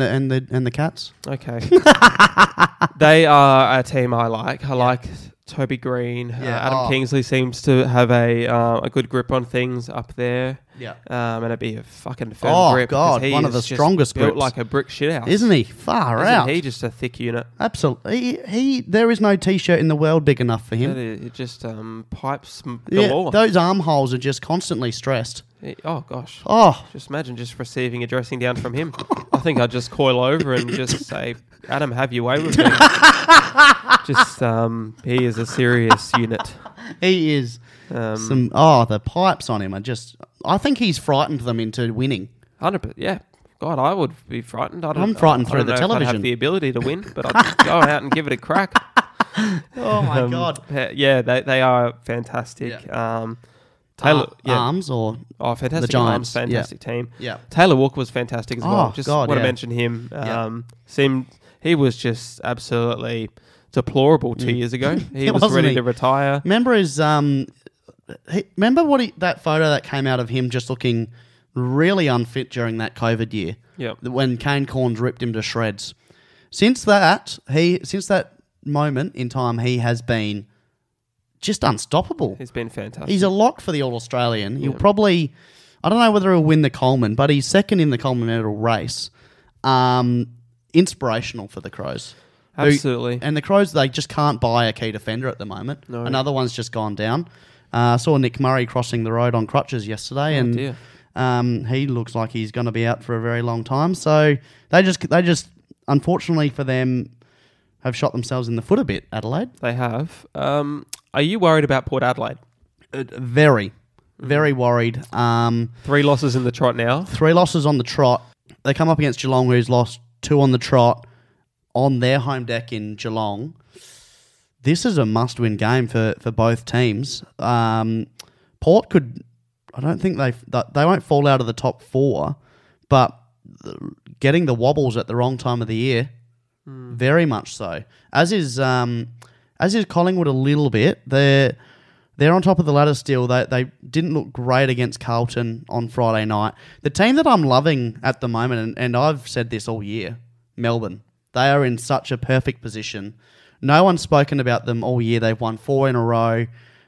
Speaker 1: and the and the and the Cats.
Speaker 2: Okay. they are a team I like. I like Toby Green. Uh,
Speaker 1: Yeah,
Speaker 2: Adam
Speaker 1: oh.
Speaker 2: Kingsley seems to have a uh, a good grip on things up there.
Speaker 1: Yeah,
Speaker 2: Um, and it'd be a fucking firm
Speaker 1: Oh,
Speaker 2: grip.
Speaker 1: God,
Speaker 2: 'cause he
Speaker 1: one of
Speaker 2: is
Speaker 1: the
Speaker 2: just
Speaker 1: strongest
Speaker 2: built
Speaker 1: grips.
Speaker 2: like a brick shit house.
Speaker 1: isn't he far
Speaker 2: Isn't
Speaker 1: out?
Speaker 2: he just a thick unit?
Speaker 1: Absolutely, he, he there is no t-shirt in the world big enough for
Speaker 2: That
Speaker 1: him.
Speaker 2: is- It just um, pipes m-
Speaker 1: Yeah,
Speaker 2: galore.
Speaker 1: those armholes are just constantly stressed.
Speaker 2: It- oh gosh.
Speaker 1: Oh,
Speaker 2: Just imagine just receiving a dressing down from him. I think I'd just coil over and just say, Adam, have your way with me. just, um, he is a serious unit.
Speaker 1: he is
Speaker 2: Um,
Speaker 1: some. Oh, the pipes on him are just. I think he's frightened them into winning.
Speaker 2: Hundred percent. Yeah. God, I would be frightened. I don't,
Speaker 1: I'm frightened
Speaker 2: I
Speaker 1: through
Speaker 2: don't
Speaker 1: the
Speaker 2: know if I'd
Speaker 1: television.
Speaker 2: have the ability to win, but I'd go out and give it a crack.
Speaker 1: Oh my
Speaker 2: Um, he- Yeah, they, they are fantastic. Um, Taylor, yeah,
Speaker 1: arms or
Speaker 2: oh, fantastic
Speaker 1: Uh, um, Giants,
Speaker 2: arms,
Speaker 1: yeah.
Speaker 2: fantastic team.
Speaker 1: yeah,
Speaker 2: Taylor Walker was fantastic as well.
Speaker 1: Oh,
Speaker 2: Just
Speaker 1: God,
Speaker 2: want
Speaker 1: yeah.
Speaker 2: to mention him.
Speaker 1: Yeah.
Speaker 2: Um, seemed he was just absolutely deplorable two years ago. He was
Speaker 1: Mm. Wasn't
Speaker 2: ready
Speaker 1: he?
Speaker 2: to retire.
Speaker 1: Remember his um, he, remember what he, that photo that came out of him just looking really unfit during that COVID year.
Speaker 2: Yeah,
Speaker 1: When Kane Corns ripped him to shreds. Since that he since that moment in time, he has been just unstoppable.
Speaker 2: he's been fantastic.
Speaker 1: He's a lock for the All Australian. He'll probably, I don't know whether he'll win the Coleman, but he's second in the Coleman medal race. Um, inspirational for the Crows. Who-
Speaker 2: Absolutely.
Speaker 1: and the Crows, they just can't buy a key defender at the moment.
Speaker 2: No.
Speaker 1: Another one's just gone down. Uh, I saw Nick Murray crossing the road on crutches yesterday, and
Speaker 2: Oh, dear.
Speaker 1: um, he looks like he's going to be out for a very long time. So they just, they just, unfortunately for them, have shot themselves in the foot a bit. Adelaide.
Speaker 2: They have. Um, are you worried about Port Adelaide?
Speaker 1: Uh, very,
Speaker 2: Mm.
Speaker 1: very worried. Um,
Speaker 2: Three losses in the trot now.
Speaker 1: three losses on the trot. They come up against Geelong, who's lost two on the trot on their home deck in Geelong. This is a must-win game for, for both teams. Um, Port could, I don't think they that- they won't fall out of the top four, but the- getting the wobbles at the wrong time of the year, very much so. As is um, as is Collingwood a little bit. They're they're on top of the ladder still. They they didn't look great against Carlton on Friday night. The team that I'm loving at the moment, and, and I've said this all year, Melbourne. They are in such a perfect position. No one's spoken about them all year. They've won four in a row.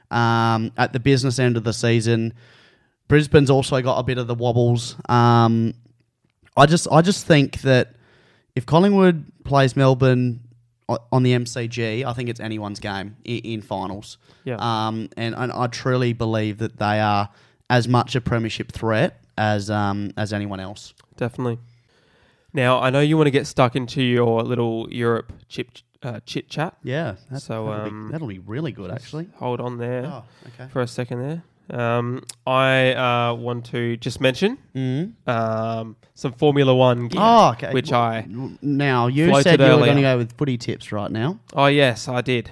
Speaker 1: Um, at the business end of the season, Brisbane's also got a bit of the wobbles. Um, I just I just think that if Collingwood plays Melbourne o- on the MCG, I think it's anyone's game in, in finals.
Speaker 2: Yeah.
Speaker 1: Um, and, and I truly believe that they are as much a premiership threat as um as anyone else.
Speaker 2: Definitely. Now I know you want to get stuck into your little Europe chip uh, chit chat.
Speaker 1: Yeah. That,
Speaker 2: So,
Speaker 1: that'll,
Speaker 2: um,
Speaker 1: be, that'll be really good, actually.
Speaker 2: Hold on there
Speaker 1: Oh, okay.
Speaker 2: for a second there. Um, I uh, want to just mention
Speaker 1: Mm.
Speaker 2: um, some Formula One gear,
Speaker 1: Oh, okay.
Speaker 2: which I
Speaker 1: Now, you
Speaker 2: Floated
Speaker 1: said you were
Speaker 2: earlier.
Speaker 1: going to go with footy tips right now.
Speaker 2: oh yes I did.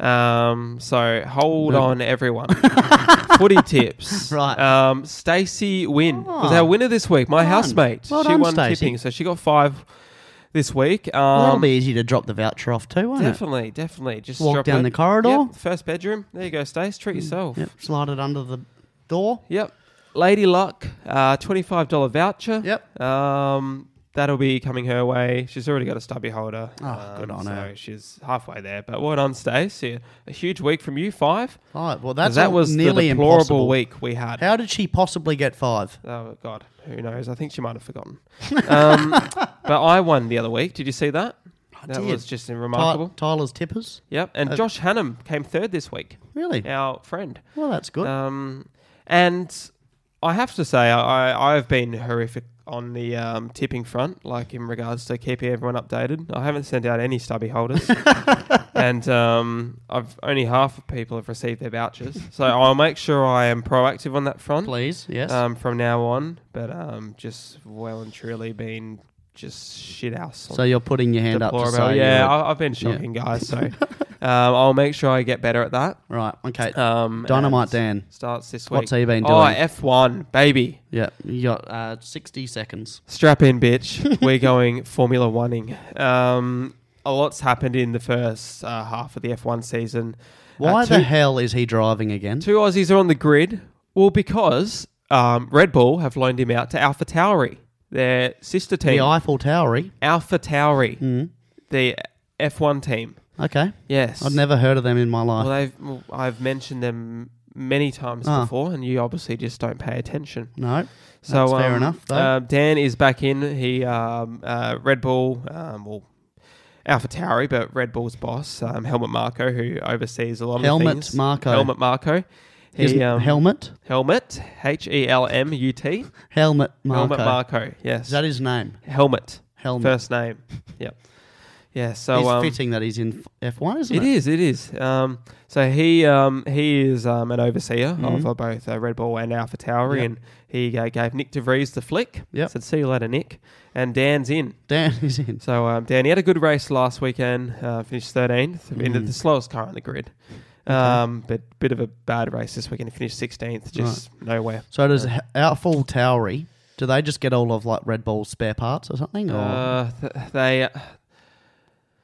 Speaker 2: Um, so hold
Speaker 1: No.
Speaker 2: on, everyone. Footy tips,
Speaker 1: Right.
Speaker 2: Um, Stacey Wynn was
Speaker 1: Oh.
Speaker 2: our winner this week. My
Speaker 1: Well done.
Speaker 2: housemate,
Speaker 1: Well
Speaker 2: she
Speaker 1: done,
Speaker 2: won
Speaker 1: Stacey.
Speaker 2: tipping, so she got five this week.
Speaker 1: Well, that'll
Speaker 2: Um,
Speaker 1: be easy to drop the voucher off too, won't it?
Speaker 2: definitely, definitely. Just
Speaker 1: Walk
Speaker 2: drop
Speaker 1: down
Speaker 2: it.
Speaker 1: the corridor. Mm,
Speaker 2: Yep, first bedroom. There you go, Stace. Treat yourself.
Speaker 1: Yep. Slide it under the door.
Speaker 2: Yep. Lady Luck, uh, twenty-five dollar voucher.
Speaker 1: Yep.
Speaker 2: Um, that'll be coming her way. She's already got a stubby holder.
Speaker 1: Oh, good
Speaker 2: Um,
Speaker 1: on
Speaker 2: so
Speaker 1: her.
Speaker 2: She's halfway there. But well done, Stace. Yeah, a huge week from you. Five.
Speaker 1: All right. Well, that's
Speaker 2: that was
Speaker 1: nearly
Speaker 2: the deplorable
Speaker 1: impossible.
Speaker 2: week we had.
Speaker 1: How did she possibly get five?
Speaker 2: Oh God, who knows? I think she might have forgotten. um, but I won the other week. Did you see that? that
Speaker 1: did.
Speaker 2: was just
Speaker 1: Ty-
Speaker 2: remarkable.
Speaker 1: Tyler's tippers.
Speaker 2: yep. And Josh Hannum came third this week.
Speaker 1: Really?
Speaker 2: Our friend.
Speaker 1: Well, that's good.
Speaker 2: Um, and I have to say, I, I've been horrific on the um, tipping front, like in regards to keeping everyone updated. I haven't sent out any stubby holders, and um, I've only half of people have received their vouchers. So I'll make sure I am proactive on that front
Speaker 1: Please. Yes.
Speaker 2: um, from now on. But um, just well and truly been just shit house. on
Speaker 1: so you're putting your hand up to
Speaker 2: deplorable.
Speaker 1: say
Speaker 2: yeah,
Speaker 1: you're-
Speaker 2: I, I've been
Speaker 1: yeah.
Speaker 2: shocking guys. So um, I'll make sure I get better at that.
Speaker 1: right. Okay.
Speaker 2: Um,
Speaker 1: Dynamite
Speaker 2: and
Speaker 1: Dan.
Speaker 2: starts this week.
Speaker 1: What's he been
Speaker 2: Oh,
Speaker 1: doing?
Speaker 2: F one, baby.
Speaker 1: Yeah. You got uh, 60 seconds.
Speaker 2: Strap in, bitch. We're going Formula Oneing. Um, a lot's happened in the first uh, half of the F one season. Uh,
Speaker 1: Why
Speaker 2: two,
Speaker 1: the hell is he driving again?
Speaker 2: two Aussies are on the grid? Well, because um, Red Bull have loaned him out to Alpha Tauri, their sister
Speaker 1: the
Speaker 2: team.
Speaker 1: Eiffel Towery.
Speaker 2: Alpha Tauri,
Speaker 1: Mm.
Speaker 2: the F one team.
Speaker 1: Okay.
Speaker 2: Yes,
Speaker 1: I've never heard of them in my life.
Speaker 2: Well, they've, well, I've mentioned them many times
Speaker 1: Ah.
Speaker 2: before, and you obviously just don't pay attention.
Speaker 1: no.
Speaker 2: So
Speaker 1: That's fair
Speaker 2: um,
Speaker 1: enough, though.
Speaker 2: uh, Dan is back in. He um, uh, Red Bull, um, well, Alpha Tauri, but Red Bull's boss, um, Helmut Marco, who oversees a lot of
Speaker 1: Helmut
Speaker 2: things.
Speaker 1: Marko.
Speaker 2: Helmut Marco.
Speaker 1: His
Speaker 2: He, um,
Speaker 1: helmet?
Speaker 2: Helmut, H E L M U T.
Speaker 1: Helmet Marco.
Speaker 2: Helmut Marco. Yes.
Speaker 1: Is that his name?
Speaker 2: Helmet.
Speaker 1: Helmet.
Speaker 2: First name. Yep. Yeah. So
Speaker 1: it's
Speaker 2: um,
Speaker 1: fitting that he's in F- F1, isn't it?
Speaker 2: It is. It is. Um, so he um, he is um, an overseer of uh, both uh, Red Bull and Alpha
Speaker 1: Mm-hmm.
Speaker 2: Tauri,
Speaker 1: Yep.
Speaker 2: and he uh, gave Nick De Vries the flick.
Speaker 1: Yep.
Speaker 2: Said, "See you later, Nick." And Dan's in.
Speaker 1: Dan is in.
Speaker 2: So um, Dan, he had a good race last weekend. Uh, finished thirteenth,
Speaker 1: Mm.
Speaker 2: into the slowest car on the grid. Um, but bit of a bad race this weekend. He finished sixteenth, just nowhere.
Speaker 1: So does H- Outfall Towery? Do they just get all of like Red Bull spare parts or something, or
Speaker 2: Uh, th- they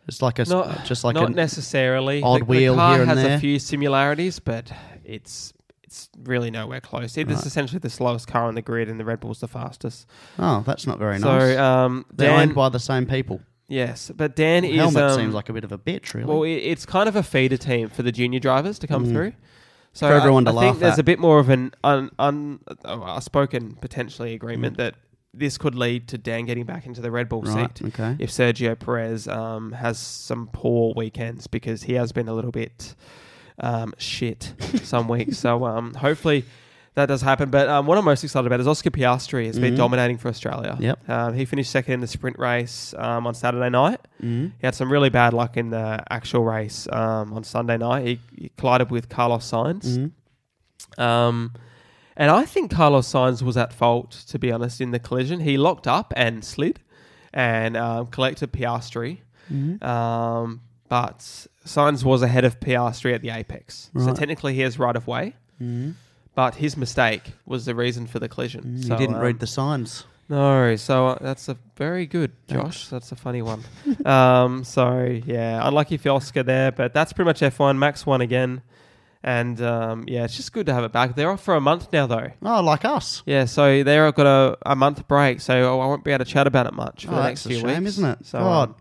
Speaker 1: it's like a s-
Speaker 2: not
Speaker 1: just like
Speaker 2: not
Speaker 1: an,
Speaker 2: necessarily
Speaker 1: odd
Speaker 2: the,
Speaker 1: wheel
Speaker 2: the car
Speaker 1: here and
Speaker 2: has
Speaker 1: there.
Speaker 2: a few similarities, but it's it's really nowhere close. It is
Speaker 1: Right.
Speaker 2: essentially the slowest car on the grid, and the Red Bull's the fastest.
Speaker 1: oh, that's not very
Speaker 2: so
Speaker 1: nice.
Speaker 2: um,
Speaker 1: They're
Speaker 2: Dan,
Speaker 1: owned by the same people.
Speaker 2: yes, but Dan is
Speaker 1: Helmet
Speaker 2: um,
Speaker 1: seems like a bit of a bitch, really. Mm.
Speaker 2: well, it, it's kind of a feeder team for the junior drivers to come through. So
Speaker 1: For everyone
Speaker 2: I,
Speaker 1: to
Speaker 2: I think
Speaker 1: laugh
Speaker 2: there's
Speaker 1: at.
Speaker 2: a bit more of an un, un, uh, a spoken potentially agreement
Speaker 1: Mm.
Speaker 2: that this could lead to Dan getting back into the Red Bull
Speaker 1: right?
Speaker 2: seat
Speaker 1: Okay.
Speaker 2: if Sergio Perez um, has some poor weekends because he has been a little bit um, shit some weeks. So um, hopefully that does happen. But um, what I'm most excited about is Oscar Piastri has been
Speaker 1: Mhm.
Speaker 2: dominating for Australia.
Speaker 1: Yep.
Speaker 2: Um, he finished second in the sprint race um, on Saturday night.
Speaker 1: Mm.
Speaker 2: He had some really bad luck in the actual race um, on Sunday night. He, he collided with Carlos Sainz.
Speaker 1: Mm.
Speaker 2: Um, and I think Carlos Sainz was at fault, to be honest, in the collision. He locked up and slid and um, collected Piastri.
Speaker 1: Mm.
Speaker 2: Um, but Sainz was ahead of Piastri at the apex. So
Speaker 1: Right.
Speaker 2: technically he has right of way.
Speaker 1: Mm.
Speaker 2: But his mistake was the reason for the collision.
Speaker 1: Mm.
Speaker 2: So,
Speaker 1: you didn't
Speaker 2: um,
Speaker 1: read the signs.
Speaker 2: no, so uh, that's a very good, Josh. That's a funny one. um, so yeah, unlucky for Oscar there, but that's pretty much F1. Max won again, and um, yeah, it's just good to have it back. They're off for a month now, though.
Speaker 1: Oh, like us.
Speaker 2: Yeah, so they've got a, a month break, so I won't be able to chat about it much
Speaker 1: Oh,
Speaker 2: for the
Speaker 1: that's
Speaker 2: next
Speaker 1: a
Speaker 2: few
Speaker 1: shame,
Speaker 2: weeks.
Speaker 1: isn't it?
Speaker 2: So,
Speaker 1: God,
Speaker 2: um,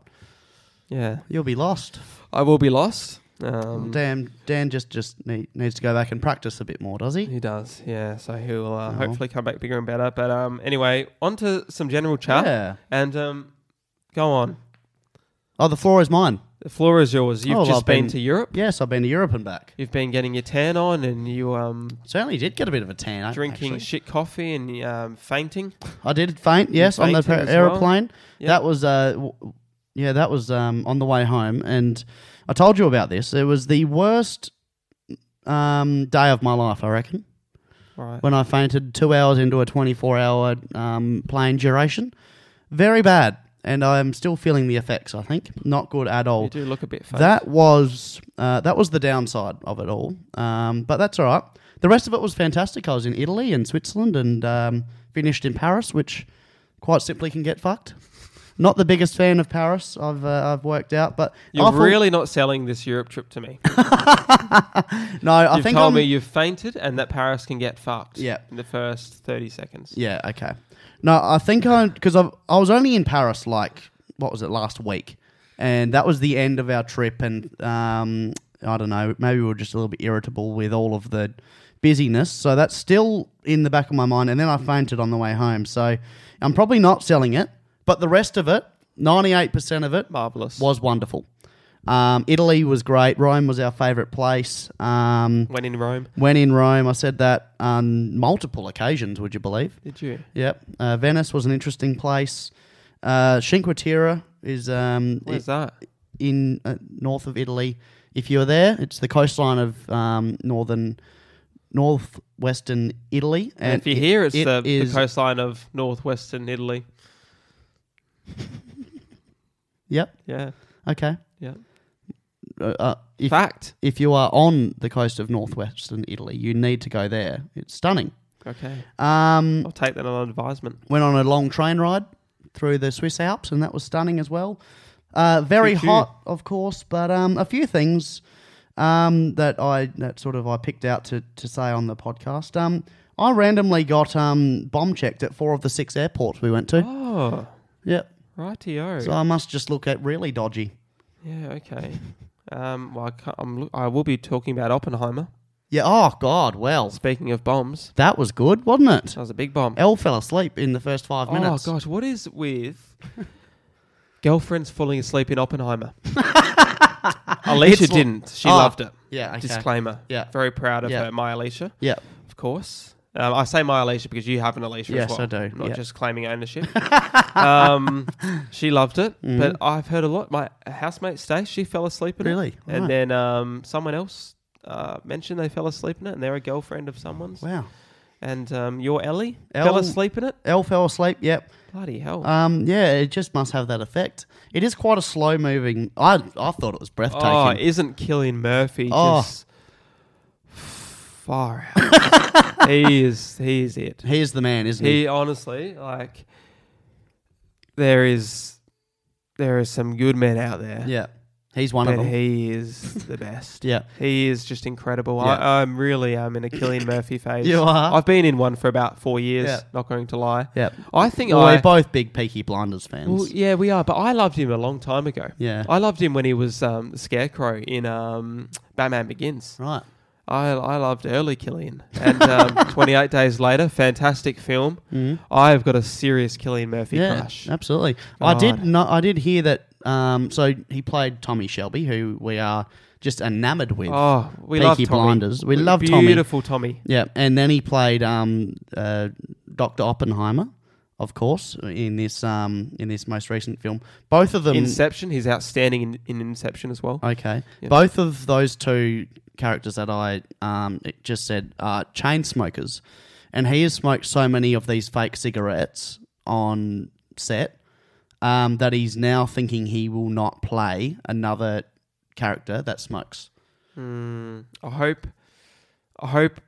Speaker 2: yeah,
Speaker 1: you'll be lost.
Speaker 2: I will be lost. Um,
Speaker 1: Dan, Dan just just need, needs to go back and practice a bit more, does he?
Speaker 2: He does, yeah. So he will uh,
Speaker 1: Oh.
Speaker 2: hopefully come back bigger and better. But um, anyway, on to some general chat,
Speaker 1: Yeah.
Speaker 2: and um, go on.
Speaker 1: Oh, the floor is mine.
Speaker 2: The floor is yours. You've
Speaker 1: Oh,
Speaker 2: just
Speaker 1: I've been-
Speaker 2: been to Europe.
Speaker 1: Yes, I've been to Europe and back.
Speaker 2: You've been getting your tan on and you um
Speaker 1: Certainly did get a bit of a tan. I-
Speaker 2: drinking
Speaker 1: actually.
Speaker 2: shit coffee and um fainting.
Speaker 1: I did faint, yes, on the
Speaker 2: fainted
Speaker 1: pa-
Speaker 2: as well?
Speaker 1: airplane.
Speaker 2: Yep.
Speaker 1: That was uh, w- Yeah, that was um, on the way home, and I told you about this. It was the worst um, day of my life, I reckon,
Speaker 2: Right.
Speaker 1: when I fainted two hours into a 24 hour um, plane duration. Very bad, and I'm still feeling the effects, I think. Not good at all.
Speaker 2: you do look a bit fake.
Speaker 1: That was uh, that was the downside of it all, um, but that's all right. The rest of it was fantastic. I was in Italy and Switzerland, and um, finished in Paris, which quite simply can get fucked. Not the biggest fan of Paris. I've uh, I've worked out, but
Speaker 2: You're
Speaker 1: awful-
Speaker 2: really not selling this Europe trip to me.
Speaker 1: no. I
Speaker 2: You've
Speaker 1: think
Speaker 2: told
Speaker 1: I'm,
Speaker 2: me you've fainted and that Paris can get fucked.
Speaker 1: Yeah.
Speaker 2: In the first 30 seconds.
Speaker 1: Yeah. Okay. No, I think I because I I was only in Paris like what was it last week, and that was the end of our trip, and um, I don't know, maybe we were just a little bit irritable with all of the busyness, so that's still in the back of my mind. And then I fainted on the way home, so I'm probably not selling it, but the rest of it, ninety eight percent of it,
Speaker 2: Marvelous.
Speaker 1: was wonderful. Um, Italy was great. Rome was our favorite place. Um,
Speaker 2: When in Rome,
Speaker 1: when in Rome, I said that on multiple occasions. Would you believe?
Speaker 2: did you?
Speaker 1: Yep. Uh, Venice was an interesting place. Uh, Cinque Terre is um, i-
Speaker 2: Where's that?
Speaker 1: in uh, north of Italy. If you're there, it's the coastline of um, northern, northwestern Italy.
Speaker 2: And, if you
Speaker 1: it-
Speaker 2: hear, it's
Speaker 1: it
Speaker 2: the,
Speaker 1: is-
Speaker 2: the coastline of northwestern Italy.
Speaker 1: Yep.
Speaker 2: Yeah.
Speaker 1: Okay.
Speaker 2: Yeah.
Speaker 1: Uh, uh, if
Speaker 2: Fact.
Speaker 1: if you are on the coast of northwestern Italy, you need to go there. It's stunning.
Speaker 2: Okay.
Speaker 1: Um,
Speaker 2: I'll take that on advisement.
Speaker 1: went on a long train ride through the Swiss Alps, and that was stunning as well. Uh, very
Speaker 2: Choo-choo.
Speaker 1: hot, of course, but um, a few things um, that I that sort of I picked out to, to say on the podcast. Um, I randomly got um, bomb checked at four of the six airports we went to.
Speaker 2: Oh,
Speaker 1: Yep.
Speaker 2: rightio.
Speaker 1: So I must just look at really dodgy.
Speaker 2: yeah, okay. Um, well, I, can't, I'm, lo- I will be talking about Oppenheimer.
Speaker 1: Yeah. Oh God. Well,
Speaker 2: Speaking of bombs,
Speaker 1: that was good, wasn't it?
Speaker 2: that was a big bomb.
Speaker 1: Elle fell asleep in the first five minutes.
Speaker 2: Oh gosh, what is with girlfriends falling asleep in Oppenheimer? Alicia
Speaker 1: It's li-
Speaker 2: didn't. She
Speaker 1: Oh,
Speaker 2: loved it.
Speaker 1: Yeah. Okay.
Speaker 2: Disclaimer.
Speaker 1: Yeah.
Speaker 2: Very proud of
Speaker 1: Yeah.
Speaker 2: her, my Alicia,
Speaker 1: Yeah.
Speaker 2: of course. Um, I say my Alicia because you have an Alicia
Speaker 1: Yes,
Speaker 2: as well.
Speaker 1: I do,
Speaker 2: I'm Not
Speaker 1: yeah.
Speaker 2: just claiming ownership. um, she loved it,
Speaker 1: Mm.
Speaker 2: but I've heard a lot. My housemate Stace, she fell asleep in it.
Speaker 1: Really?
Speaker 2: And
Speaker 1: Right.
Speaker 2: then um, someone else uh, mentioned they fell asleep in it, and they're a girlfriend of someone's.
Speaker 1: Wow.
Speaker 2: And um, your Ellie
Speaker 1: Elle-
Speaker 2: fell asleep in it.
Speaker 1: Elle fell asleep. Yep.
Speaker 2: Bloody hell!
Speaker 1: Um, yeah, it just must have that effect. It is quite a slow moving. I I thought it was
Speaker 2: Oh,
Speaker 1: breathtaking.
Speaker 2: isn't Killian Murphy
Speaker 1: Oh.
Speaker 2: just far out? he is. He is it.
Speaker 1: he is the man, isn't he?
Speaker 2: He honestly, like, there is, there is some good men out there.
Speaker 1: Yeah, he's one of
Speaker 2: But
Speaker 1: them.
Speaker 2: he is the best.
Speaker 1: yeah,
Speaker 2: He is just incredible.
Speaker 1: Yeah.
Speaker 2: I, I'm really, I'm in a Killian Murphy phase.
Speaker 1: You are?
Speaker 2: I've been in one for about four years.
Speaker 1: Yeah.
Speaker 2: Not going to lie.
Speaker 1: yeah.
Speaker 2: I think
Speaker 1: Well,
Speaker 2: I.
Speaker 1: we're both big Peaky Blinders fans.
Speaker 2: Well, yeah, we are. But I loved him a long time ago.
Speaker 1: yeah.
Speaker 2: I loved him when he was um, the Scarecrow in um, Batman Begins.
Speaker 1: right.
Speaker 2: I, I loved early Killian. And um, 28 Days Later, fantastic film.
Speaker 1: Mhm.
Speaker 2: I've got a serious Killian Murphy
Speaker 1: Yeah,
Speaker 2: crush.
Speaker 1: absolutely. I did
Speaker 2: God.
Speaker 1: know. I did hear that. Um, so he played Tommy Shelby, who we are just enamored with.
Speaker 2: Oh, we
Speaker 1: Peaky
Speaker 2: love Tommy.
Speaker 1: Blinders. We love
Speaker 2: beautiful
Speaker 1: Tommy.
Speaker 2: Beautiful Tommy.
Speaker 1: Yeah, and then he played um, uh, Doctor Oppenheimer, of course, in this um, in this most recent film. Both of them.
Speaker 2: Inception, he's outstanding in, in Inception as well.
Speaker 1: Okay.
Speaker 2: Yeah.
Speaker 1: Both of those two characters that I um, it just said are chain smokers. And he has smoked so many of these fake cigarettes on set um, that he's now thinking he will not play another character that smokes.
Speaker 2: Mm, I hope, I hope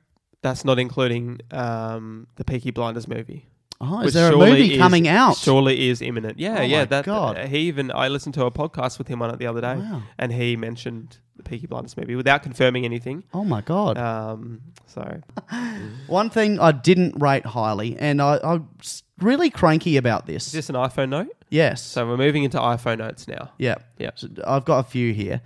Speaker 2: that's not including um, the Peaky Blinders movie.
Speaker 1: Oh,
Speaker 2: Which
Speaker 1: is there a
Speaker 2: surely
Speaker 1: movie
Speaker 2: is-
Speaker 1: coming out?
Speaker 2: Surely is imminent. Yeah,
Speaker 1: Oh
Speaker 2: yeah.
Speaker 1: my
Speaker 2: That
Speaker 1: God.
Speaker 2: he even I listened to a podcast with him on it the other day,
Speaker 1: Wow.
Speaker 2: and he mentioned the Peaky Blinders movie without confirming anything.
Speaker 1: Oh my god.
Speaker 2: Um, so
Speaker 1: One thing I didn't rate highly, and I, I'm s- really cranky about this.
Speaker 2: is this an iPhone note?
Speaker 1: yes.
Speaker 2: So we're moving into iPhone notes now.
Speaker 1: Yeah.
Speaker 2: Yeah.
Speaker 1: So I've got a few here.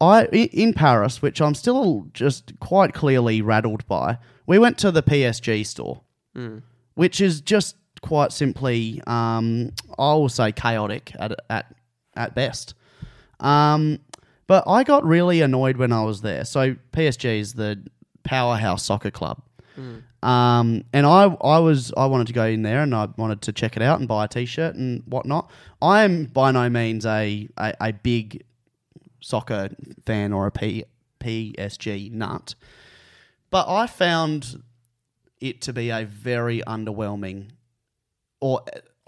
Speaker 1: I i- in Paris, which I'm still just quite clearly rattled by. We went to the PSG store, which is just quite simply, um, I will say, chaotic at at at best. Um, but I got really annoyed when I was there. So PSG is the powerhouse soccer club, Um, and I, I was, I wanted to go in there and I wanted to check it out and buy a t-shirt and whatnot. I am by no means a, a, a big soccer fan or a P, PSG nut, but I found it to be a very underwhelming or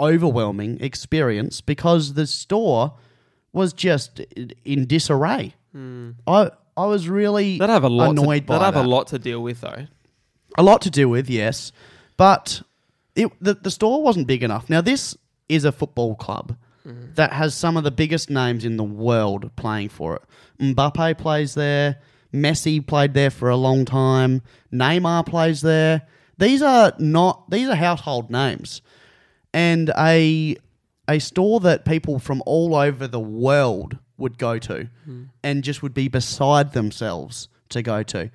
Speaker 1: overwhelming experience because the store was just i- in disarray. I I was really
Speaker 2: That Hmm. have a lot.
Speaker 1: annoyed
Speaker 2: to,
Speaker 1: by
Speaker 2: that have
Speaker 1: that.
Speaker 2: a lot to deal with though.
Speaker 1: a lot to do with, yes, but it the, the store wasn't big enough. Now this is a football club that has some of the biggest names in the world playing for it. Mbappe plays there, Messi played there for a long time, Neymar plays there. These are not these are household names. And a a store that people from all over the world would go to and just would be beside themselves to go to.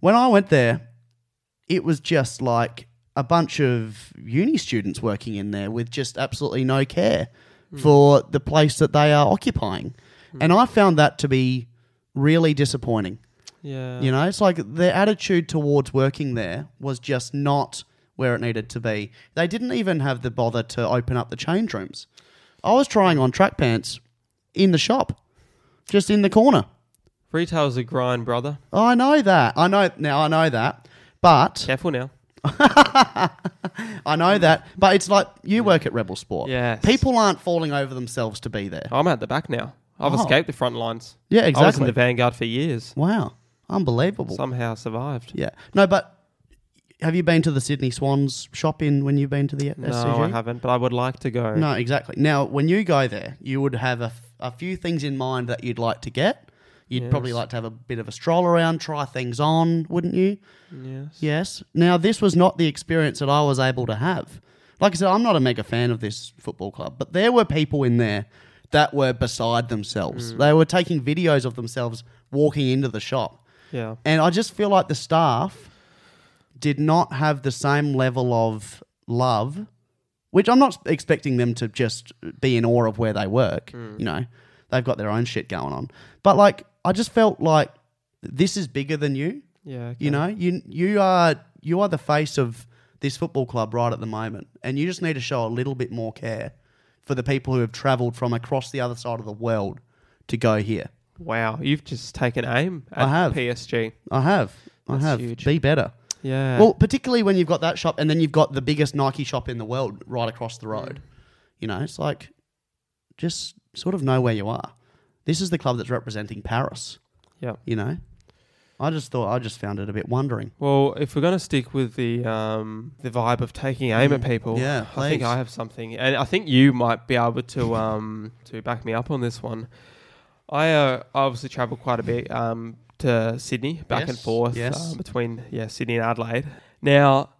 Speaker 1: When I went there, it was just like a bunch of uni students working in there with just absolutely no care for the place that they are occupying. And I found that to be really disappointing.
Speaker 2: Yeah.
Speaker 1: You know, it's like their attitude towards working there was just not where it needed to be. They didn't even have the bother to open up the change rooms. I was trying on track pants in the shop, just in the corner.
Speaker 2: Retail's a grind, brother.
Speaker 1: I know that. I know now. I know that. But
Speaker 2: Careful now.
Speaker 1: I know that. But it's like you work at Rebel Sport.
Speaker 2: Yes.
Speaker 1: People aren't falling over themselves to be there.
Speaker 2: I'm at the back now. I've
Speaker 1: Oh.
Speaker 2: escaped the front lines.
Speaker 1: Yeah,
Speaker 2: I was in
Speaker 1: exactly.
Speaker 2: the vanguard for years.
Speaker 1: wow. Unbelievable.
Speaker 2: Somehow survived.
Speaker 1: yeah. No, but have you been to the Sydney Swans shop in when you've been to the SCG?
Speaker 2: No, I haven't, but I would like to go.
Speaker 1: No, exactly. Now, when you go there, you would have a, f- a few things in mind that you'd like to get. You'd probably
Speaker 2: Yes.
Speaker 1: like to have a bit of a stroll around, try things on, wouldn't you?
Speaker 2: Yes.
Speaker 1: Yes. Now, this was not the experience that I was able to have. Like I said, I'm not a mega fan of this football club, but there were people in there that were beside themselves. They were taking videos of themselves walking into the shop.
Speaker 2: Yeah.
Speaker 1: And I just feel like the staff did not have the same level of love, which I'm not expecting them to just be in awe of where they work. You know, they've got their own shit going on. But like, I just felt like this is bigger than you.
Speaker 2: Yeah. okay.
Speaker 1: You know, you you are you are the face of this football club right at the moment, and you just need to show a little bit more care for the people who have travelled from across the other side of the world to go here.
Speaker 2: Wow, you've just taken aim
Speaker 1: I
Speaker 2: at
Speaker 1: have.
Speaker 2: PSG.
Speaker 1: I have, I
Speaker 2: That's
Speaker 1: have.
Speaker 2: huge.
Speaker 1: Be better.
Speaker 2: Yeah.
Speaker 1: Well, particularly when you've got that shop, and then you've got the biggest Nike shop in the world right across the road.
Speaker 2: Mm.
Speaker 1: You know, it's like just sort of know where you are. This is the club that's representing Paris.
Speaker 2: yeah.
Speaker 1: You know, I just thought I just found it a bit wondering.
Speaker 2: Well, if we're going to stick with the um, the vibe of taking aim at people,
Speaker 1: Mm. Yeah,
Speaker 2: I think
Speaker 1: please.
Speaker 2: I have something, and I think you might be able to um, to back me up on this one. I uh, obviously travel quite a bit um, to Sydney, back and
Speaker 1: Yes,
Speaker 2: forth
Speaker 1: yes.
Speaker 2: uh, between yeah Sydney and Adelaide. Now,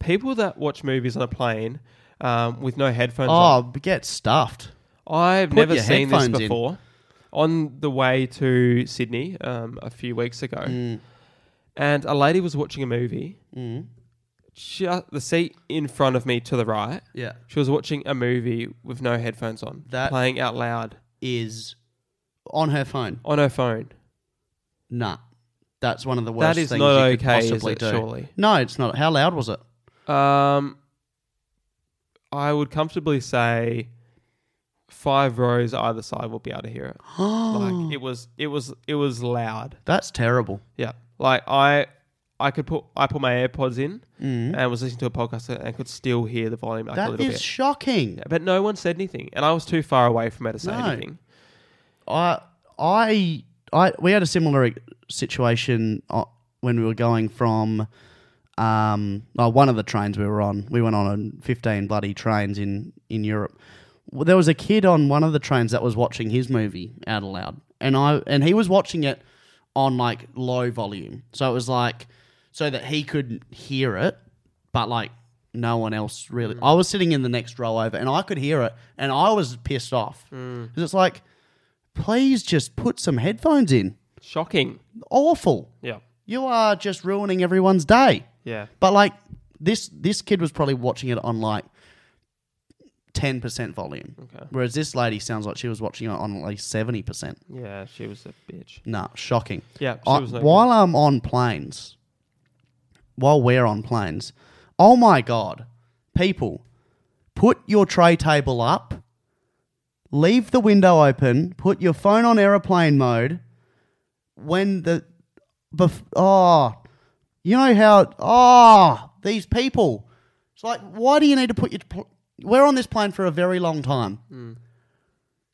Speaker 2: people that watch movies on a plane um, with no headphones on,
Speaker 1: Oh, get stuffed.
Speaker 2: I've
Speaker 1: Put
Speaker 2: never
Speaker 1: your
Speaker 2: seen this
Speaker 1: headphones in.
Speaker 2: before. On the way to Sydney um, a few weeks ago,
Speaker 1: Mm.
Speaker 2: and a lady was watching a movie
Speaker 1: Mm.
Speaker 2: ju- the seat in front of me to the right.
Speaker 1: Yeah.
Speaker 2: She was watching a movie with no headphones on,
Speaker 1: That-
Speaker 2: playing out loud
Speaker 1: is on her phone.
Speaker 2: on her phone.
Speaker 1: Nah, that's one of the worst
Speaker 2: that is
Speaker 1: things
Speaker 2: not
Speaker 1: you
Speaker 2: okay,
Speaker 1: could
Speaker 2: is
Speaker 1: possibly
Speaker 2: it?
Speaker 1: do.
Speaker 2: Surely.
Speaker 1: No, it's not. How loud was it?
Speaker 2: Um, I would comfortably say five rows either side will be able to hear it. Like it was, it was, it was loud.
Speaker 1: that's terrible.
Speaker 2: Yeah. Like I, I could put, I put my AirPods in
Speaker 1: Mm.
Speaker 2: and was listening to a podcast and could still hear the volume like a
Speaker 1: That
Speaker 2: little
Speaker 1: is
Speaker 2: bit.
Speaker 1: shocking.
Speaker 2: but no one said anything, and I was too far away from her to say
Speaker 1: No.
Speaker 2: anything.
Speaker 1: I, I, I, we had a similar situation uh, when we were going from, um, oh, one of the trains we were on. We went on fifteen bloody trains in in Europe. Well, There was a kid on one of the trains that was watching his movie out aloud, and I and he was watching it on like low volume, so it was like so that he could hear it, but like no one else really. I was sitting in the next row over, and I could hear it, and I was pissed off because it's like please just put some headphones in.
Speaker 2: Shocking.
Speaker 1: Awful.
Speaker 2: Yeah.
Speaker 1: You are just ruining everyone's day.
Speaker 2: Yeah.
Speaker 1: But like this this kid was probably watching it on like 10% volume.
Speaker 2: Okay.
Speaker 1: Whereas this lady sounds like she was watching it on like 70%.
Speaker 2: Yeah, she was a bitch.
Speaker 1: Nah, shocking.
Speaker 2: Yeah, she
Speaker 1: I-
Speaker 2: was no
Speaker 1: while I'm on planes, while we're on planes. Oh my god, people, put your tray table up, leave the window open, put your phone on airplane mode. When the, bef- oh, you know how oh these people. It's like why do you need to put your? Pl- we're on this plane for a very long time.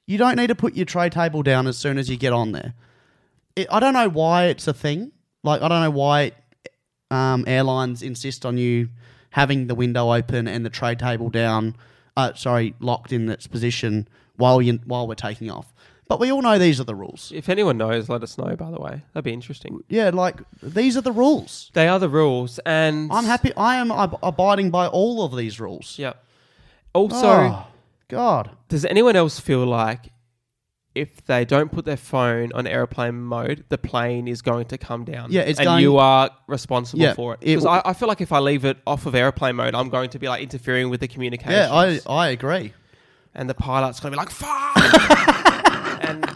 Speaker 1: You don't need to put your tray table down as soon as you get on there. It, I don't know why it's a thing. Like I don't know why um, airlines insist on you having the window open and the tray table down. Uh, sorry, locked in its position while you while we're taking off. But we all know these are the rules.
Speaker 2: If anyone knows, let us know. By the way, that'd be interesting.
Speaker 1: Yeah, like these are the rules.
Speaker 2: They are the rules, and
Speaker 1: I'm happy. I am ab- abiding by all of these rules.
Speaker 2: Yeah. Also,
Speaker 1: Oh, God.
Speaker 2: does anyone else feel like if they don't put their phone on airplane mode, the plane is going to come down?
Speaker 1: Yeah, it's
Speaker 2: and
Speaker 1: going-
Speaker 2: you are responsible
Speaker 1: Yeah,
Speaker 2: for it.
Speaker 1: it
Speaker 2: Because I, I feel like if I leave it off of airplane mode, I'm going to be like interfering with the communication.
Speaker 1: Yeah, I, I agree.
Speaker 2: and the pilot's going to be like, "Fuck!" and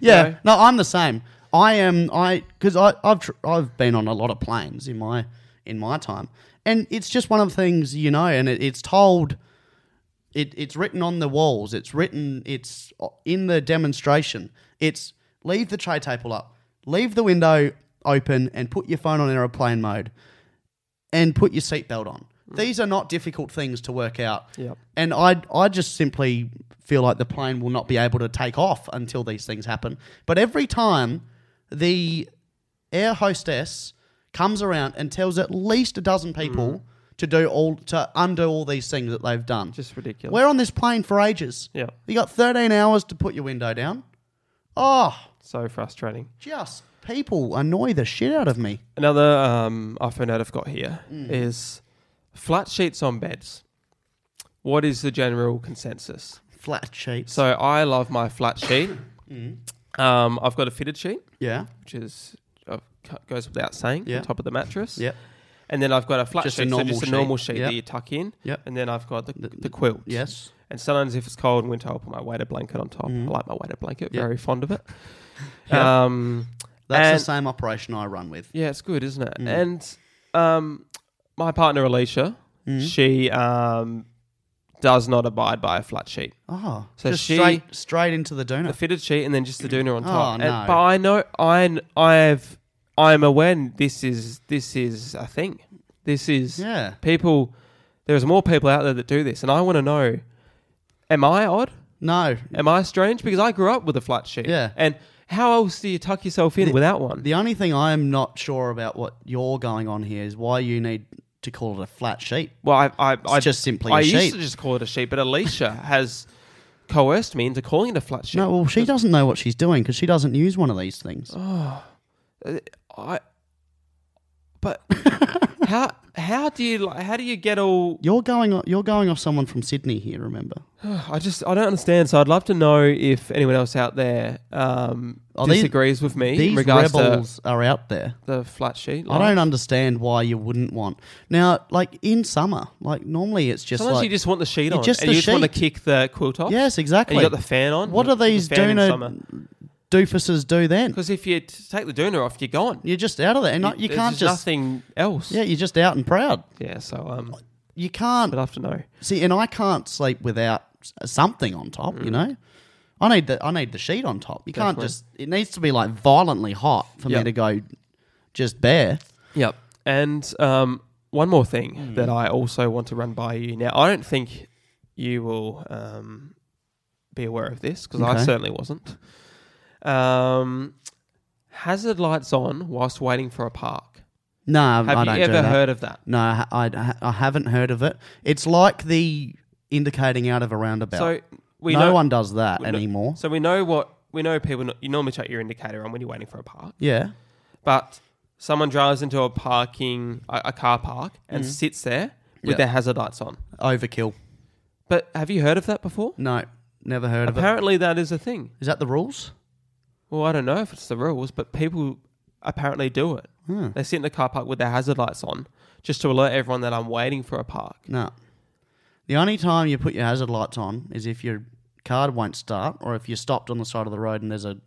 Speaker 1: Yeah,
Speaker 2: know?
Speaker 1: no, I'm the same. I am I because I I've tr- I've been on a lot of planes in my in my time, and it's just one of the things you know, and it, it's told. It, it's written on the walls. It's written. It's uh, in the demonstration. It's leave the tray table up, leave the window open, and put your phone on airplane mode, and put your seatbelt on. These are not difficult things to work out.
Speaker 2: Yep.
Speaker 1: And I I just simply feel like the plane will not be able to take off until these things happen. But every time the air hostess comes around and tells at least a dozen people to do all to undo all these things that they've done.
Speaker 2: just ridiculous.
Speaker 1: We're on this plane for ages.
Speaker 2: yeah,
Speaker 1: You got 13 hours to put your window down. Oh,
Speaker 2: so frustrating.
Speaker 1: just people annoy the shit out of me.
Speaker 2: Another um, iPhone note I've got here
Speaker 1: Mm.
Speaker 2: is flat sheets on beds. What is the general consensus?
Speaker 1: Flat sheets.
Speaker 2: So I love my flat sheet.
Speaker 1: Mm.
Speaker 2: um, I've got a fitted sheet,
Speaker 1: Yeah.
Speaker 2: which is uh, c- goes without saying,
Speaker 1: Yeah.
Speaker 2: on top of the mattress.
Speaker 1: Yep.
Speaker 2: And then I've got a flat
Speaker 1: Just a
Speaker 2: sheet, so
Speaker 1: normal
Speaker 2: just a
Speaker 1: sheet.
Speaker 2: normal sheet
Speaker 1: Yep.
Speaker 2: that you tuck in.
Speaker 1: Yep.
Speaker 2: And then I've got the, the quilt.
Speaker 1: Yes.
Speaker 2: And sometimes if it's cold in winter, I'll put my weighted blanket on top. I like my weighted blanket,
Speaker 1: Yep.
Speaker 2: very fond of it.
Speaker 1: Mm. Yeah.
Speaker 2: Um,
Speaker 1: That's
Speaker 2: And-
Speaker 1: the same operation I run with.
Speaker 2: yeah, it's good, isn't it?
Speaker 1: Mm.
Speaker 2: And um, my partner Alicia,
Speaker 1: Mm-hmm.
Speaker 2: she um, does not abide by a flat sheet.
Speaker 1: Oh,
Speaker 2: So
Speaker 1: just
Speaker 2: she-
Speaker 1: straight straight into the
Speaker 2: a
Speaker 1: donut.
Speaker 2: fitted sheet and then just the doona on top.
Speaker 1: Oh,
Speaker 2: And-
Speaker 1: no.
Speaker 2: but I know I kn- I've I'm aware this is this is a thing. This is
Speaker 1: Yeah.
Speaker 2: people. There's more people out there that do this, and I want to know: Am I odd?
Speaker 1: No,
Speaker 2: Am I strange? Because I grew up with a flat sheet.
Speaker 1: Yeah.
Speaker 2: And how else do you tuck yourself in without one?
Speaker 1: the only thing I'm not sure about what you're going on here is why you need to call it a flat sheet.
Speaker 2: well, I I, I
Speaker 1: just simply
Speaker 2: I
Speaker 1: a
Speaker 2: used
Speaker 1: sheet.
Speaker 2: to just call it a sheet, but Alicia has coerced me into calling it a flat sheet.
Speaker 1: No, well, she doesn't know what she's doing because she doesn't use one of these things.
Speaker 2: Oh. I. But how how do you like, how do you get all
Speaker 1: You're going, you're going off someone from Sydney here. Remember?
Speaker 2: I just I don't understand. So I'd love to know if anyone else out there um,
Speaker 1: Oh, these-
Speaker 2: disagrees with me in
Speaker 1: These
Speaker 2: regards
Speaker 1: rebels are out there.
Speaker 2: to the flat sheet.
Speaker 1: I don't understand why you wouldn't want now. Like in summer, like normally it's just
Speaker 2: Sometimes
Speaker 1: like
Speaker 2: you just want the sheet
Speaker 1: Yeah,
Speaker 2: on,
Speaker 1: just
Speaker 2: and
Speaker 1: the
Speaker 2: you just want to
Speaker 1: sheet.
Speaker 2: kick the quilt off.
Speaker 1: yes,
Speaker 2: and
Speaker 1: exactly.
Speaker 2: you got the fan on.
Speaker 1: what do these
Speaker 2: doona?
Speaker 1: doona doofuses do then?
Speaker 2: Because if you t- take the doona off, you're gone.
Speaker 1: You're just out of there, and like, you
Speaker 2: There's
Speaker 1: can't just
Speaker 2: nothing else.
Speaker 1: yeah, you're just out and proud.
Speaker 2: Yeah, So um,
Speaker 1: You can't
Speaker 2: I'd love to know.
Speaker 1: See, and I can't sleep without s- uh, something on top. You know, I need the I need the sheet on top. You can't
Speaker 2: Mm. Definitely.
Speaker 1: just. It needs to be like violently hot for
Speaker 2: Yep.
Speaker 1: me to go just bare.
Speaker 2: Yep. And um, one more thing
Speaker 1: Hmm.
Speaker 2: that I also want to run by you. Now, I don't think you will um, be aware of this because I
Speaker 1: Okay.
Speaker 2: certainly wasn't. Um, hazard lights on whilst waiting for a park.
Speaker 1: No, Mm, I
Speaker 2: Have
Speaker 1: don't
Speaker 2: you
Speaker 1: do
Speaker 2: ever
Speaker 1: that.
Speaker 2: heard of that?
Speaker 1: No, I, I, I haven't heard of it. It's like the indicating out of a roundabout.
Speaker 2: So we
Speaker 1: no
Speaker 2: know
Speaker 1: one does that
Speaker 2: we know-
Speaker 1: anymore.
Speaker 2: So we know what we know. People you normally check your indicator on when you're waiting for a park.
Speaker 1: Yeah.
Speaker 2: but someone drives into a parking a, a car park and sits there with
Speaker 1: Mm. Yeah.
Speaker 2: their hazard lights on.
Speaker 1: Overkill.
Speaker 2: But have you heard of that before?
Speaker 1: No, never heard of it.
Speaker 2: Apparently, that is a thing.
Speaker 1: Is that the rules?
Speaker 2: Well, I don't know if it's the rules, but people apparently do it. They sit in the car park with their hazard lights on just to alert everyone that I'm waiting for a park.
Speaker 1: No. The only time you put your hazard lights on is if your car won't start or if you're stopped on the side of the road and there's a,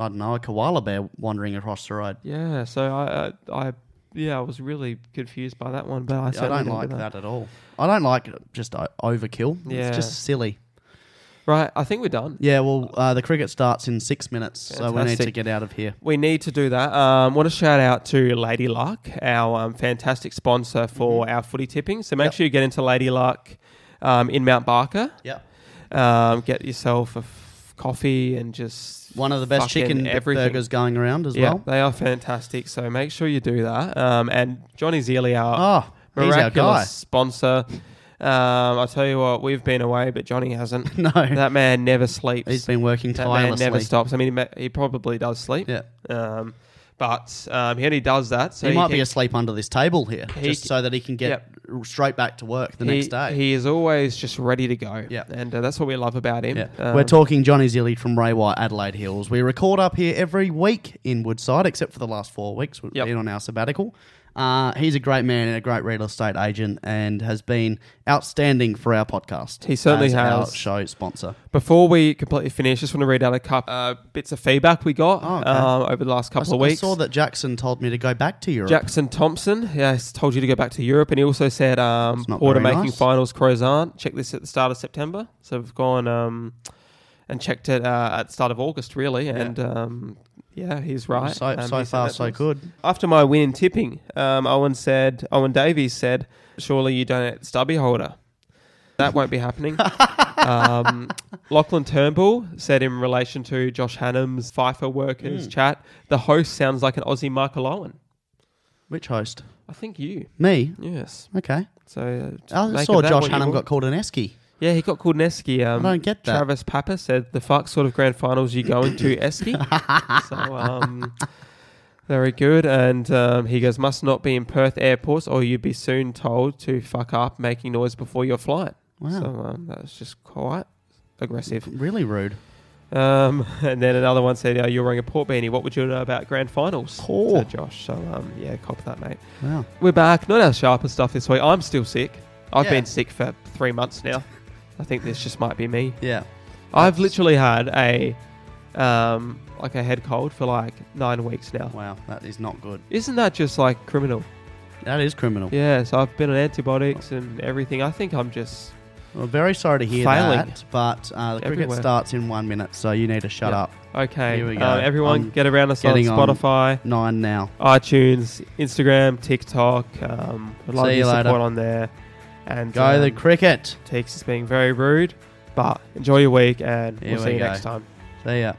Speaker 1: I don't know, a koala bear wandering across the road.
Speaker 2: Yeah, so I I, I yeah, I was really confused by that one, but I,
Speaker 1: I
Speaker 2: certainly
Speaker 1: don't
Speaker 2: remember
Speaker 1: like that. at all. I don't like just o- overkill.
Speaker 2: Yeah.
Speaker 1: It's just silly.
Speaker 2: Right, I think we're done.
Speaker 1: Yeah, well, uh, the cricket starts in six minutes, so we need to
Speaker 2: Fantastic.
Speaker 1: get out of here.
Speaker 2: We need to do that. Um, want to shout out to Lady Luck, our um, fantastic sponsor for our footy tipping. So
Speaker 1: Mm-hmm.
Speaker 2: make
Speaker 1: Yep.
Speaker 2: sure you get into Lady Luck um, in Mount Barker.
Speaker 1: Yep.
Speaker 2: Um, get yourself a f- coffee and just
Speaker 1: One of the best
Speaker 2: fucking
Speaker 1: chicken burgers going around as
Speaker 2: yeah,
Speaker 1: well.
Speaker 2: they are fantastic. So make sure you do that. Um, and Johnny Zealy, our
Speaker 1: Oh, he's our
Speaker 2: miraculous
Speaker 1: guy.
Speaker 2: sponsor. Um, I tell you what, we've been away, but Johnny hasn't.
Speaker 1: No,
Speaker 2: that man never sleeps.
Speaker 1: he's been working
Speaker 2: that man
Speaker 1: tirelessly.
Speaker 2: never stops. I mean, he, ma- he probably does sleep.
Speaker 1: Yeah.
Speaker 2: Um, but um, he only does that. So
Speaker 1: he, might
Speaker 2: can-
Speaker 1: be asleep under this table here,
Speaker 2: He
Speaker 1: just
Speaker 2: c-
Speaker 1: so that he can get straight back to work the
Speaker 2: he-
Speaker 1: next day.
Speaker 2: He is always just ready to go.
Speaker 1: Yep.
Speaker 2: And uh, that's what we love about him.
Speaker 1: Yeah.
Speaker 2: Um,
Speaker 1: We're talking Johnny Zilly from Ray White, Adelaide Hills. We record up here every week in Woodside, except for the last four weeks. We've
Speaker 2: Yep.
Speaker 1: been on our sabbatical. Uh, he's a great man and a great real estate agent and has been outstanding for our podcast.
Speaker 2: He certainly
Speaker 1: as Our
Speaker 2: has.
Speaker 1: show sponsor.
Speaker 2: Before we completely finish, just want to read out a couple uh, bits of feedback we got
Speaker 1: Oh, okay.
Speaker 2: um, over the last
Speaker 1: I,
Speaker 2: couple
Speaker 1: s-
Speaker 2: of
Speaker 1: I
Speaker 2: weeks.
Speaker 1: saw that Jackson told me to go back to Europe.
Speaker 2: Jackson Thompson has told you to go back to Europe, and he also said um,
Speaker 1: That's not
Speaker 2: Porter
Speaker 1: very
Speaker 2: making
Speaker 1: nice.
Speaker 2: finals, Crows aren't. Check this at the start of September. So we've gone um, and checked it uh, at the start of August, really. And um, yeah, he's right.
Speaker 1: So,
Speaker 2: Um,
Speaker 1: so
Speaker 2: he said
Speaker 1: far,
Speaker 2: that to
Speaker 1: so
Speaker 2: us.
Speaker 1: good.
Speaker 2: After my win in tipping, um, Owen said, Owen Davies said, surely you donate the stubby holder. That won't be happening. um, Lachlan Turnbull said in relation to Josh Hannum's FIFA
Speaker 1: Hmm.
Speaker 2: workers chat, the host sounds like an Aussie Michael Owen.
Speaker 1: Which host?
Speaker 2: I think you.
Speaker 1: Me?
Speaker 2: Yes.
Speaker 1: Okay.
Speaker 2: So uh,
Speaker 1: I
Speaker 2: make
Speaker 1: saw
Speaker 2: of that
Speaker 1: Josh
Speaker 2: what you
Speaker 1: Hannum
Speaker 2: will.
Speaker 1: got called an Esky.
Speaker 2: Yeah, he got called an Esky. Um,
Speaker 1: I don't get that.
Speaker 2: Travis Papa said, "The fuck sort of grand finals you going to, Esky?" so, um, very good. And um, he goes, "Must not be in Perth airports, or you'd be soon told to fuck up, making noise before your flight."
Speaker 1: Wow.
Speaker 2: So um, that was just quite aggressive.
Speaker 1: Really rude.
Speaker 2: Um, and then another one said, oh, "You're wearing a port beanie. What would you know about grand finals?"
Speaker 1: Cool.
Speaker 2: So Josh. So um, yeah, cop that, mate.
Speaker 1: Wow.
Speaker 2: We're back. Not our sharpest stuff this week. I'm still sick. I've
Speaker 1: Yeah.
Speaker 2: been sick for three months now. I think this just might be me.
Speaker 1: Yeah.
Speaker 2: I've literally had a um, like a head cold for like nine weeks now.
Speaker 1: Wow. That is not good.
Speaker 2: Isn't that just like criminal?
Speaker 1: That is criminal.
Speaker 2: Yeah. So I've been on antibiotics and everything. I think I'm just
Speaker 1: Well, very sorry to hear
Speaker 2: Failing.
Speaker 1: that, but uh, the cricket
Speaker 2: Everywhere.
Speaker 1: starts in one minute, so you need to shut
Speaker 2: Yeah.
Speaker 1: up.
Speaker 2: okay.
Speaker 1: Here we go.
Speaker 2: Uh, everyone,
Speaker 1: I'm
Speaker 2: get around us on
Speaker 1: getting on-
Speaker 2: Spotify,
Speaker 1: Nine now.
Speaker 2: iTunes, Instagram, TikTok. Um, I'd love
Speaker 1: See you
Speaker 2: your
Speaker 1: later.
Speaker 2: support on there. And
Speaker 1: Go the
Speaker 2: um,
Speaker 1: cricket.
Speaker 2: Tex is being very rude, but enjoy your week and
Speaker 1: Here
Speaker 2: we'll see
Speaker 1: we
Speaker 2: you
Speaker 1: go.
Speaker 2: next time.
Speaker 1: See ya.